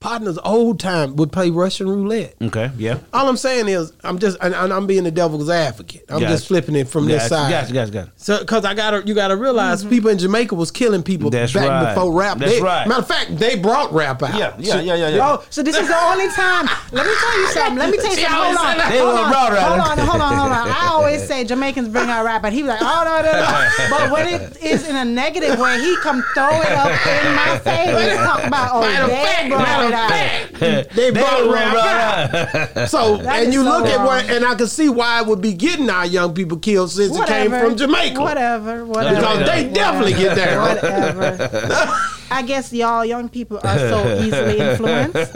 partners old time would play Russian roulette.
Okay. Yeah.
All I'm saying is I'm just and, and I'm being the devil's advocate. I'm
Gotcha.
just flipping it from this
Gotcha,
side.
gotcha, gotcha, gotcha.
So because I gotta you gotta realize people in Jamaica was killing people
That's
back
right.
before rap.
That's
They-
right.
Matter of fact, they brought rap out.
Yeah, yeah,
So-
yeah, yeah, yeah.
Oh,
So this is the only time. Let me tell you something. Let me tell you
See, I always
something. Hold on.
say that.
They
Hold
were
on.
raw
Hold
riders.
on. Hold on. Hold on. I always say Jamaicans bring out rap, but he was like, oh no, no, no. But when it is in a negative way, he come throw it up in my face. and talk about oh
Matter of
they
fact,
brought
matter
it
of
out.
fact, they brought
were
rap out. So
That
and
is
you
so
look at
wrong.
where and I can see why it would be getting our young people killed since it came from Jamaica.
Whatever. Whatever.
Because they definitely get
there.
down.
Whatever. I guess y'all young people are so easily influenced.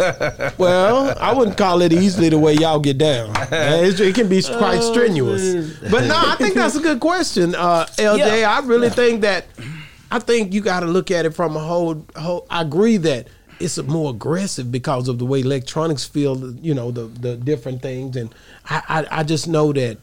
Well, I wouldn't call it easily the way y'all get down. Yeah, it's- It can be
Oh,
quite strenuous. But no, I think that's a good question, uh, LJ.
Yeah.
I really think that I think you got to look at it from a whole. whole I agree that it's more aggressive because of the way electronics feel. You know the the different things, and I I, I just know that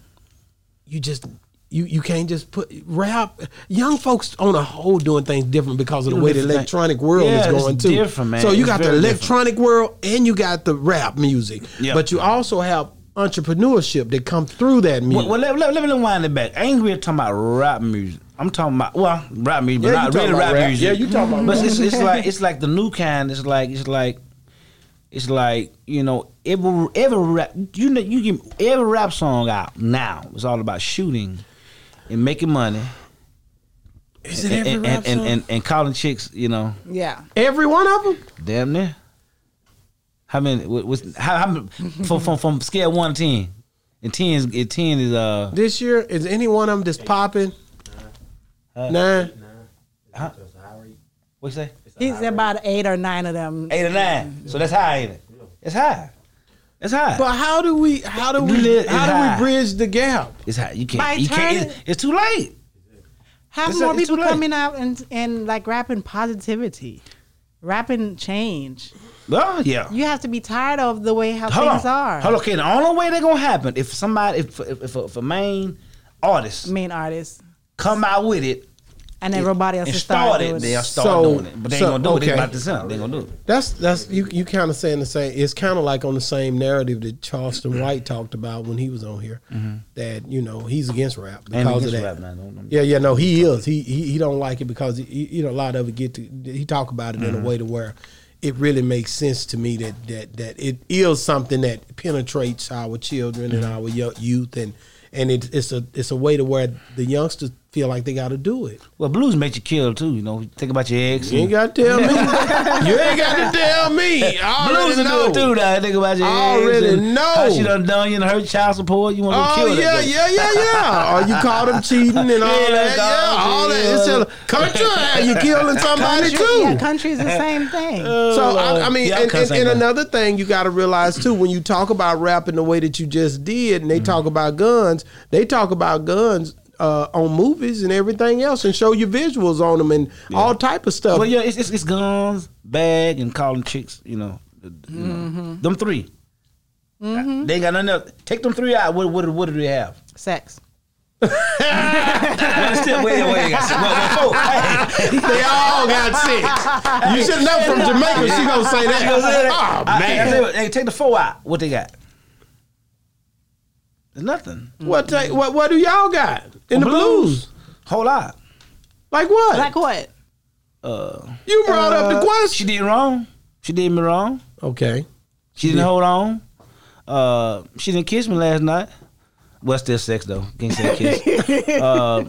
you just. You, you can't just put rap. Young folks on a whole doing things different because of the way the
different thing.
electronic world
Yeah,
is
it's
going too.
different, man.
So you
It's
got the
very
electronic
different.
electronic world and you got the rap music.
Yeah.
But you also have entrepreneurship that come through that music.
Well, well let, let, let me wind it back. I ain't really talking about rap music. I'm talking about well, rap music, but
Yeah, you
not
talking
really
about
rap,
rap.
music.
Yeah, you talking about
But
rap.
it's, it's like it's like the new kind. It's like it's like it's like you know every every rap you know you give every rap song out now is all about shooting and making money
Is it
and
every
and,
rap
and, and,
song?
and and calling chicks. You know,
Yeah.
every one of them?
damn near. How many? What, what's how, how many, from, from from scale one to ten? And ten is and ten is uh
This year, is any one of them that's popping? Nine.
what you say?
He's about eight or nine of them.
eight or nine. So that's high, ain't it? It's high. It's high.
But how do we how do we
Lit
how
is
do
high.
we bridge the gap?
it's high. You
By
can't. You can't.
turn-
It's, it's too late.
Have
It's
more
a- it's
people
too late.
coming out and and like rapping positivity, rapping change.
Well, yeah.
You have to be tired of the way how
Hold
things
on.
are.
Hold on. Okay. The only way they're gonna happen if somebody, if if, if, a, if a main artist
Main artists
come out with it
and everybody else
and
is
start
started. Doing
it, they'll
it.
start
So-
doing it. But they ain't
so,
gonna do it. They
okay.
about to sell. They gonna do it.
That's that's you you kind of saying the same. It's kind of like on the same narrative that Charleston White talked about when he was on here. That you know he's against rap because
Mm-hmm. And
of
against
that.
rap, man. Don't- don't-
Yeah, yeah, no, Mm-hmm. he is. He he, he don't like it because he, he- you know a lot of it get to he talk about it in a way to where it really makes sense to me that that that it is something that penetrates our children and our yo- youth and and it, it's a it's a way to where the youngsters feel like they got to do it.
Well, blues makes you kill too. You know, think about your ex.
You ain't got to tell me. you ain't got to tell me. I
Blues
already
and
know.
do it too. Now think about your
I
ex
already
and
know.
how she done done you and her child support. You want to
Oh
kill
yeah,
that.
yeah, yeah, yeah. Or you caught him cheating and all that.
caught him
Yeah, all that. It's
cheating.
still country. You killing somebody
Country,
too.
yeah, country is the same thing.
So I, I mean,
Uh, Yeah,
and,
cuz
and,
ain't
and
that-
another thing you got to realize too, when you talk about rapping the way that you just did, and they talk about guns, they talk about guns uh, on movies and everything else, and show you visuals on them and all type of stuff.
Well, yeah, it's, it's, it's guns, bag, and calling chicks. You know, the- you know, them 3 They ain't got nothing else. Take them three out. What what what do they have?
Sex.
Well, it's still, wait, wait, wait, I said, well, well, four. Hey,
They all got six. You should know from Jamaica. She gonna say
you know what I'm saying?
that.
I-
Oh
I- I
man.
tell you what, hey, take the four out. What they got? There's nothing.
What, ta- what what do y'all got in the blues?
Blues. Whole lot.
Like what?
Like what?
Uh,
you brought up the
she
question.
did wrong. She did me wrong.
Okay.
She didn't hold on. Uh, she didn't kiss me last night. Well, still sex though. Can't say kiss. uh,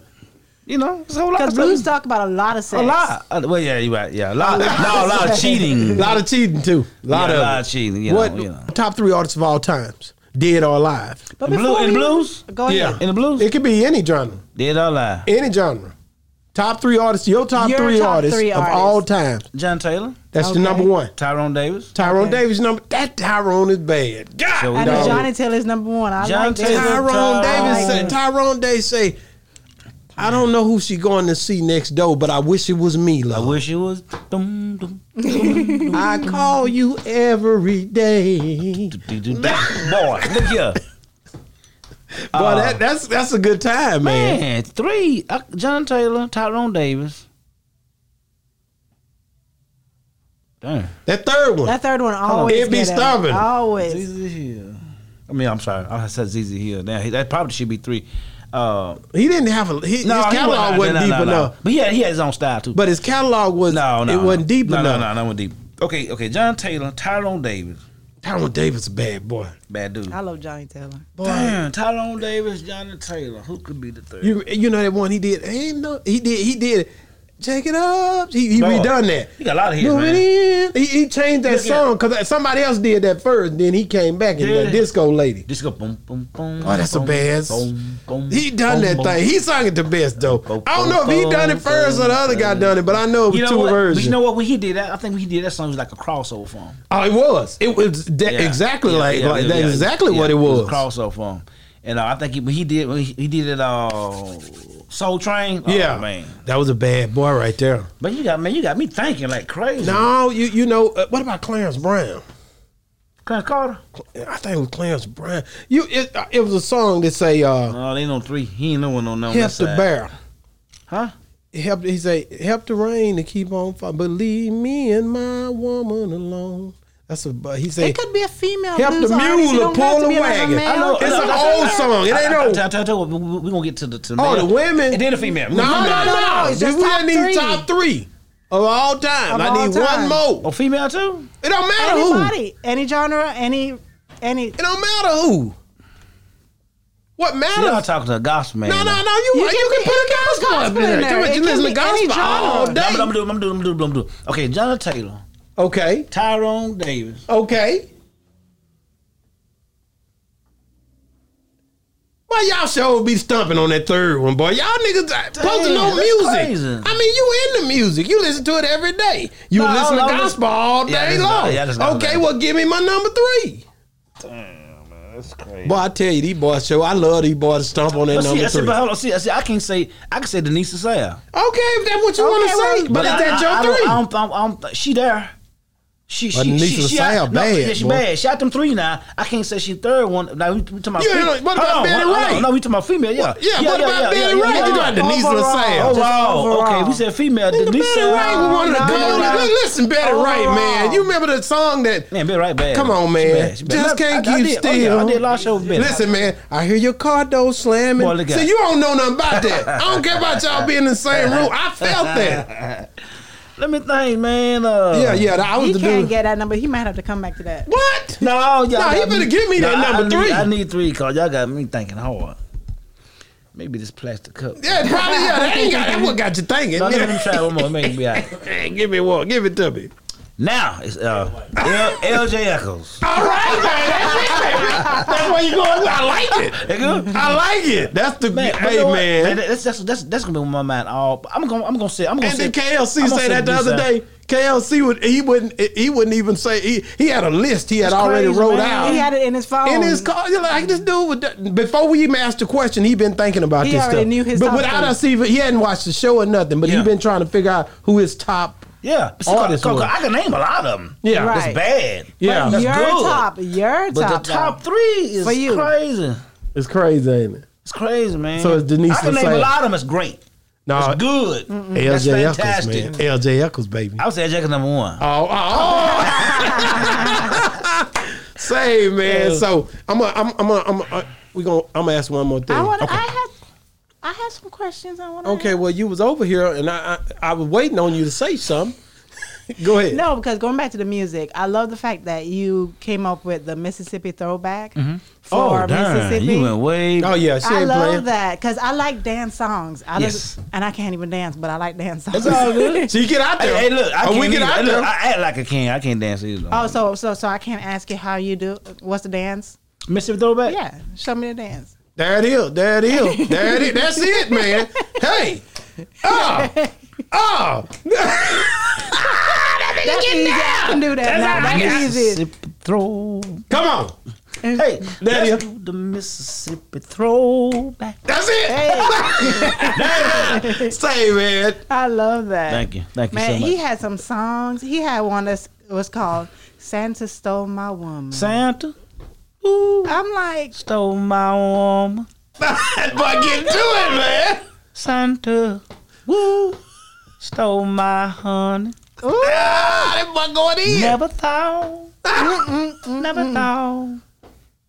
you know, it's a whole lot.
Because
of stuff.
blues talk about a lot of sex.
A lot. Uh, well, yeah, you right. Yeah, a lot. no, a lot of cheating.
A lot of cheating too. A lot
Yeah,
of
a lot
it.
of cheating, you know,
what
you know.
top three artists of all times, dead or alive?
But
In blue-
before
in
we-
blues?
Go ahead.
In the blues,
It could be any genre,
dead or alive.
any genre. Top three artists, your top
Your
three
top
artists
three
of
artists.
all time.
John Taylor,
That's
Okay.
the number one.
Tyrone Davis.
Tyrone
Okay.
Davis number. That Tyrone is bad. God,
So we
I
know-
know Johnny Taylor's number one. I
John
like that.
Taylor.
Tyrone, Davis.
Tyrone.
Say, Tyrone Davis say, I don't know who she going to see next door, but I wish it was me,
I
love.
wish it was. Dum, dum, dum,
I call you every day.
dum, dum, dum. Boy, look here, Uh,
Boy, that, that's that's a good time, man.
man. Three: uh, John Taylor, Tyrone Davis. Damn.
That third one.
That third one always.
It be
get him.
stubborn.
Always.
ZZ Hill. I mean, I'm sorry. I said ZZ Hill. Now he- that probably should be three. Uh,
he didn't have a he, his
he
catalog
wasn't-
wasn't
no, no,
deep
no, no.
enough.
But he had, he had his own style too.
But his catalog was
no, no,
it wasn't
no.
deep
no,
enough.
No, no, no, it wasn't deep. Okay, okay. John Taylor, Tyrone Davis,
Tyrone Davis a bad boy.
bad dude.
I love Johnny Taylor.
Damn, Tyrone Davis, Johnny Taylor. Who could be the third?
You you know that one he did ain't no he did he did check it up he, he
No.
redone that.
He got a lot of hits,
Move
man.
it in. He, he changed that
Look at-
song because somebody else did that first. Then he came back and
Yeah.
done disco lady.
Just go boom, boom, boom.
Oh, that's a
boom,
bad-
Boom, boom,
He done
boom,
that
boom.
thing. He sung it the best though. I don't know if he done it first or the other guy done it, but I know it was
You know
two
what?
versions.
But you know what? When he did that, I think when he did that song, it was like a crossover for him.
oh, it was. It was that
Yeah.
exactly
Yeah,
like,
yeah,
like
yeah,
that's
yeah.
exactly
Yeah,
what it was.
crossover for him. And uh, I think he, when he did when he, he did it uh, Soul Train. oh,
yeah,
man.
that was a bad boy right there.
But you got man, you got me thinking like crazy.
No, you you know uh, what about Clarence Brown?
Clarence Carter.
I think it was Clarence Brown. You it, uh, it was a song that say uh,
No, they know three. He ain't no one on no
help the bear.
Huh?
Help he say help the rain to keep on falling. But leave me and my woman alone. That's a but he say
It could be a female.
help
blues
the
artist. You
mule
don't
to
have
pull
to
a
be another
wagon.
male.
I know-
It's
I
an
know-
old song. It
I, I,
ain't
I,
no.
I, I, I, we're gonna get to the to the
Oh,
male.
the women.
and then the female.
No, no, no.
no, it's just
we
top
need
three.
top three of all time.
Of
I
all
need
time.
one
Oh,
more.
female too.
It don't matter who.
Anybody, any genre, any, any.
It don't matter who. What
Y'all
matters?
talking to a gospel man.
No, no, no.
now.
You,
You
you,
can
can
be-
put a
it
gospel,
goes
up in there.
in there.
You
It
can
can
listen to
be any
gospel all
genre.
day.
I'm, I'm doing. I'm doing. I'm doing. I'm doing. Okay, Jonathan Taylor,
Okay.
Tyrone Davis.
Okay. Why y'all sure be stumping on that third one, boy? Y'all niggas uh, posting on
that's
music.
crazy.
I mean, you in the music. You listen to it every day. You
No,
listen to
no,
gospel
no.
all
Yeah,
day
that's not-
long.
yeah, that's not
okay,
bad.
well, give me my number three.
Damn, man, that's crazy.
Boy, I tell you, these boys show. I love these boys to stump on that
But Oh, see,
number
I see,
three.
but hold on, see, I see, I can say, I can say Denise Sayer.
okay, if that's what you want to
well,
say, but, is
I-
that
I-
your
I don't-
three?
I don't, I don't, I don't, think- she there. She, she,
But
she,
Denise
she,
Lasalle
out-
bad,
no, yeah, she
boy.
bad. She out them three now. I can't say she third one. Now we, we talking about.
Yeah,
fem-
no, what
Hold
about
on,
Betty
hold on,
Wright?
No, we talking about female. Yeah,
yeah, what about Betty Wright? You got Denise
Overall.
LaSalle.
Just
Overall, okay, we said female.
Nigga,
Denise
Betty
uh, Sayer.
Wright was one of the
no,
golden.
no, no.
Look, Listen, Betty Wright, man. You remember the song that?
Man, Betty Wright bad.
Come on,
She
man.
bad, she bad.
Just
I- I-
can't
I
keep
did- oh,
still.
yeah, I did a lot of shows with Betty.
Listen, man. I hear your car door slamming.
Boy, look at-
See, you don't know nothing about that. I don't care about y'all being in the same room. I felt that.
let me think, man. Uh,
yeah, yeah, that I was
He
the
can't
dude.
get that number. He might have to come back to that.
what?
No, y'all
Nah, he
got
better give me that
Nah, I
number
need-
three.
I need three because y'all got me thinking hard. Maybe this plastic cup.
Yeah, probably. Yeah, that ain't got, that what got you thinking.
No, let me
yeah.
try one more. Maybe be all right.
Hey, give me one. Give it to me.
Now it's uh, L- LJ Echoes.
All right, man. That's it, baby. That's where you going. I like it.
That good?
I like it. That's the
Man,
hey
you know what?
man.
That- that's, that's that's that's gonna be on my mind. All I'm gonna I'm gonna say I'm gonna
And
say
then KLC
I'm gonna
said
say
that the
this uh,
other
out.
day. KLC would he wouldn't he wouldn't even say he, he had a list he had
That's
already
crazy,
wrote
man.
out
He had it in his phone.
in his car. You're like this dude would, before we even asked the question, he been thinking about
He
this
already
stuff.
knew his
but
top
without
three.
us even he hadn't watched the show or nothing. But
Yeah.
he been trying to figure out who his top.
Yeah, but see,
All
cause-
this
cause-
work.
I can name a lot of them.
Yeah,
Right.
It's bad.
Yeah.
that's
your
good.
top, your
But
top,
the top three is
For you.
crazy.
it's crazy, ain't it?
It's crazy, man.
So it's Denise Uh,
I can name
Lasalle.
a lot of them. It's great.
No,
It's good. That's
LJ Eccles,
fantastic.
man. LJ Eccles, baby.
I would say Jack is number one.
Oh, oh. say man. So I'm a, I'm I'm a, I'm a, uh, we gonna I'm gonna ask one more thing.
I want.
okay.
I had. I had some questions. I want.
Okay, well, you was over here, and I I, I was waiting on you to say something. Go ahead.
No, because going back to the music, I love the fact that you came up with the Mississippi throwback for Mississippi.
Oh, You went way.
Oh yeah, she
I
ain't
love
playing.
that because I like dance songs. I
Yes.
just, and I can't even dance, but I like dance songs.
It's all good.
She get out there.
Hey, hey, look, I
Oh,
can't
we get
either.
out
Hey,
there.
Look, I act like a king. I can't dance either.
oh, so so so I can't ask you how you do. What's the dance?
Mississippi throwback.
Yeah, show me the dance.
there it is. There it is. There it is. That's it, man. Hey. Oh. Oh.
That's easy. I can do that. now.
That's
That's easy.
Mississippi throw.
Come on.
Hey,
There
let's
it is.
do the Mississippi throwback.
That's it. There it is. Say, man.
I love that.
Thank you, thank you
Man,
so much.
he had some songs. He had one that was called "Santa Stole My Woman."
Santa, ooh,
I'm like,
stole my woman.
but get to it, man.
Santa, woo, stole my honey.
Ah, that boy going in.
Never thought, never thought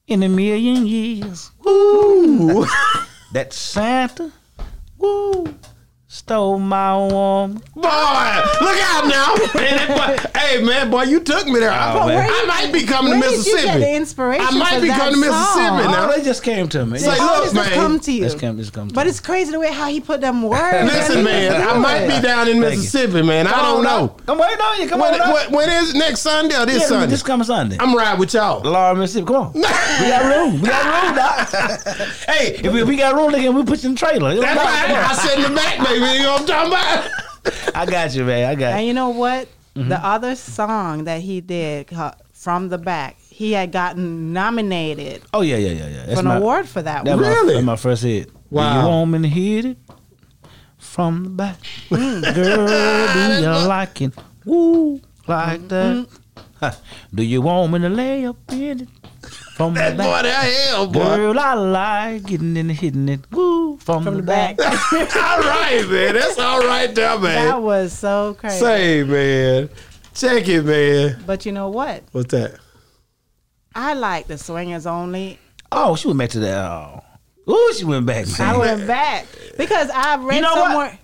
in a million years.
Ooh.
that Santa, woo, stole my woman.
Boy, look out now. Man, that boy- hey, man, boy, you took me there. I,
Oh, man.
I might be coming
where
to
did you
Mississippi.
get the inspiration?
I might
for
be
that
going to Mississippi
song?
now.
No, they just came to me.
Say,
Just-
All
look,
this has
man.
come to you.
just came, just come to
But
me.
it's crazy the way how he put them words.
Listen,
And he
man,
do
I might
it.
be down in Mississippi, man. I don't know.
Come on, Oh, no, you come
When,
on. up.
when- when is it? next Sunday or this
Yeah,
Sunday?
This coming Sunday.
I'm riding with y'all.
Laura, Mississippi. Come on. we got room. We got room now. hey, if we, if we got room, then we put you in the trailer. You know
That's
what I'm
right. I sit in the back, baby. You know what I'm talking about?
saying? I got you, man. I got
And
you.
you know what?
Mm-hmm.
The other song that he did ca- from the back, he had gotten nominated
Oh, yeah, yeah, yeah, yeah. That's
for an
my,
award for that.
That
one.
My,
Really?
that's my first hit. Do
Wow.
you want me to hit it? From the back. Mm, Girl, do you like it? Woo, like that.
Mm-hmm.
Ha, Do you want me to lay up in it? From the
That boy,
back.
that hell, boy.
Girl, I like getting in and hitting it. Woo, from,
From the back.
all right, man. That's all right there,
that
man.
was so crazy.
Say, man. Check it, man.
But you know what?
What's that?
I like the swingers only.
Oh, she went back to the. Oh, Ooh, she went back.
I
man.
went back because I read
You know what?
somewhere.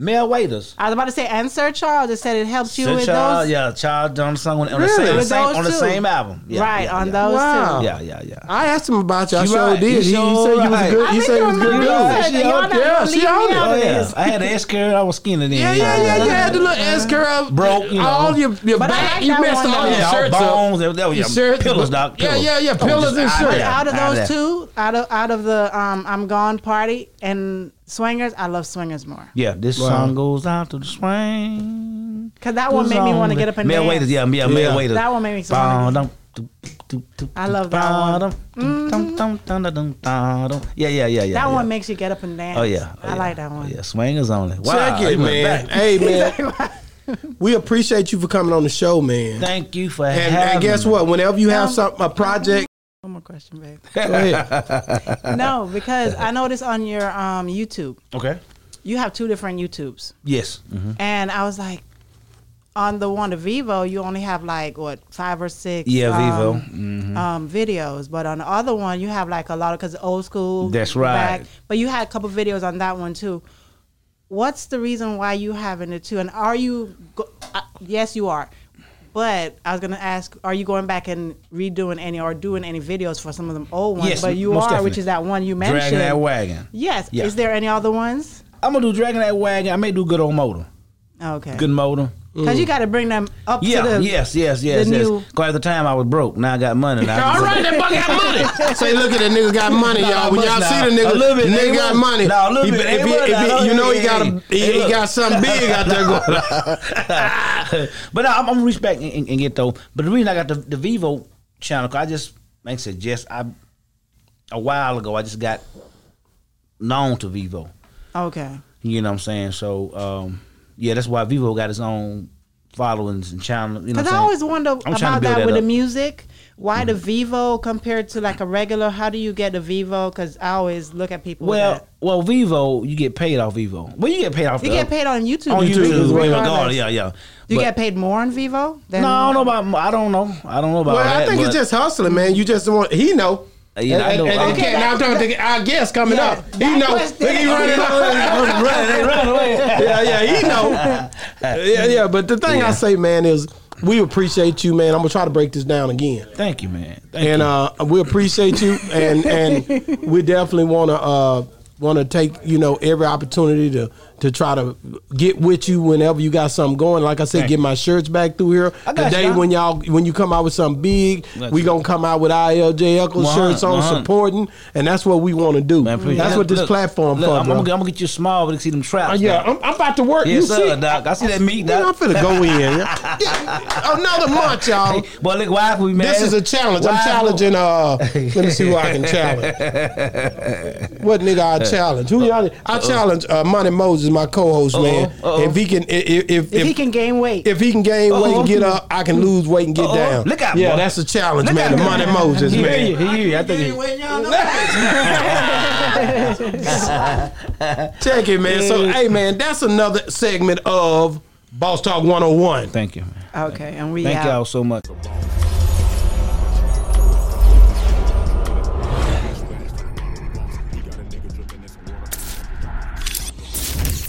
Male waiters.
I was about to say, and Sir Charles just said it helps you
Sir
with
Charles,
those.
yeah, Charles Johnson on, on the
Really?
same, on the
With
same,
those
on the
two.
same album. Yeah,
right,
yeah,
on
yeah.
those
Wow.
two.
Yeah, yeah, yeah.
I asked him about you. I
You
sure
right.
did.
You
He, he
sure
said you was
right.
good.
I
He
think
said
you
you was
remember
good.
that.
dude. She
Y'all
out
not
there.
gonna
She
leave me
out
out
there.
Oh
it
yeah,
is.
I had an S curl. I was skinny then.
Yeah, yeah, yeah. You had the little ass curl,
Broke, you know.
all your your
But I
back.
like
you
that
messed
one,
all
though.
your
Yeah, all
shirts up.
bones. Up. That was
Your
your
shirts,
pillows,
but-
doc.
yeah,
pillows.
yeah, yeah,
Oh,
pillows
just
and
out
shirts.
there,
Out of those
there.
two, out of out of the um, I'm gone party and swingers, I love swingers more
Yeah, this song goes out to the swing.
because that one made me want to get up and
Male
dance.
waiters, yeah,
Yeah.
yeah, male waiters.
That one made me so wanna-
Bottom, dum, dum, dum,
I love that one.
bottom,
Mm-hmm.
dum, dum, dum, dum, dum, dum, dum. Yeah, yeah, yeah, yeah. yeah.
That one makes you get up and dance.
Oh yeah, oh,
I
yeah.
like that one.
Oh, yeah, swingers only. Wow,
Check it,
you went
man.
back.
Hey, man. we appreciate you for coming on the show, man.
Thank you for
and,
having.
and guess
me.
what? Whenever you have something, a project,
One more question, babe.
go ahead.
no, because I noticed on your um, YouTube,
Okay.
you have two different YouTubes,
Yes.
Mm-hmm. and I was like, on the one to Vivo, you only have like what five or six.
Yeah, Vivo. Mm-hmm.
um, um, videos, but on the other one, you have like a lot of because old school.
That's right.
but you had a couple videos on that one too. what's the reason why you having it too? And are you? Go- uh, yes, you are. But I was gonna ask, are you going back and redoing any or doing any videos for some of them old ones?
Yes,
but you are,
most
which
definitely.
is that one you mentioned.
Dragging that wagon.
Yes.
Yeah.
Is there any other ones?
I'm gonna do dragging that wagon. I may do good old motor.
Okay.
Good motor.
Because you got to bring them up
Yeah,
to the
yes, yes, yes,
the
yes.
new-
Cause at the time I was broke. Now I got money. Now I
All
can-
right, that buck got money. Say, look at that nigga got money, y'all. When
much
y'all
now.
see the nigga,
A little bit,
nigga
ain't
got
much.
money.
Nah, a little
He-
bit,
if
ain't
he-
much
if he-
now.
you know he
Hey,
got a, he,
hey,
he
look.
got something big out there going. on.
but no, I'm, I'm gonna respect and, and- and get those. But the reason I got the, the Vivo channel, 'cause I just like I said, just I a while ago I just got known to Vivo.
Okay.
You know what I'm saying? So um, yeah, that's why Vivo got his own followings and channel. You know, what I'm
Because I
saying?
always wonder
I'm trying to
about
build
that, with
up. Mm-hmm.
the music. Why the Vivo compared to like a regular? How do you get a Vivo? Because I always look at people.
Well,
that.
well, Vivo, you get paid off Vivo. Well, you get paid off.
you
the-
get paid on YouTube.
on YouTube.
YouTube,
well,
regardless.
God, yeah, yeah.
You
But-
get paid more on Vivo? Than
No, I don't know about. I don't know. I don't know about.
Well,
that,
I think
but-
it's just hustling, man. You just want he know.
Yeah, I know.
And, and,
Okay,
and now I'm
that-
talking to our guest coming
Yeah,
up. He
that
know.
was
Look, he
the-
running up.
running, they running away.
yeah, yeah, he know. Yeah, yeah. But the thing I
Yeah.
say, man, is we appreciate you, man. I'm gonna try to break this down again.
Thank you, man. Thank
and
you.
uh, we appreciate you, and and we definitely want to uh, want to take you know every opportunity to to try to get with you whenever you got something going. Like I said,
Thank
get
you.
my shirts back through here
I got you,
today.
man.
when y'all when you come out with something big,
That's
we
it.
gonna come out with ILJ Eccles
100,
shirts on
100.
supporting, and that's what we want to do.
Man, appreciate
that's
it.
what this
Look,
platform
look,
for,
I'm,
bro.
I'm gonna, I'm gonna get you small, but see them traps.
Uh, yeah,
now.
I'm, I'm about to work.
yes,
you
sir,
see,
doc. I see that meat,
Man, I'm
doc.
finna go in. Yeah. Yeah, Another month, y'all.
Boy, look, why we man?
This is a challenge. I'm
Why-
challenging. Uh, let me see who I can challenge. What nigga I challenge? Who y'all? I challenge uh, Monty Moses, my co-host, man.
Uh-oh, uh-oh.
If he can, i- i- if if,
If he can gain weight.
if he can gain weight
Uh-oh.
and get up, I can lose weight and get
Uh-oh.
down.
Look out,
yeah,
boy.
that's a challenge,
Look
man.
out,
The Monty
man.
Moses,
He hear
man.
you. He hear you. I think. he-
Anyway, y'all know.
Check it, man. So, hey, man, that's another segment of Boss Talk 101.
Thank you. man.
okay, and we
Thank
out.
y'all so much.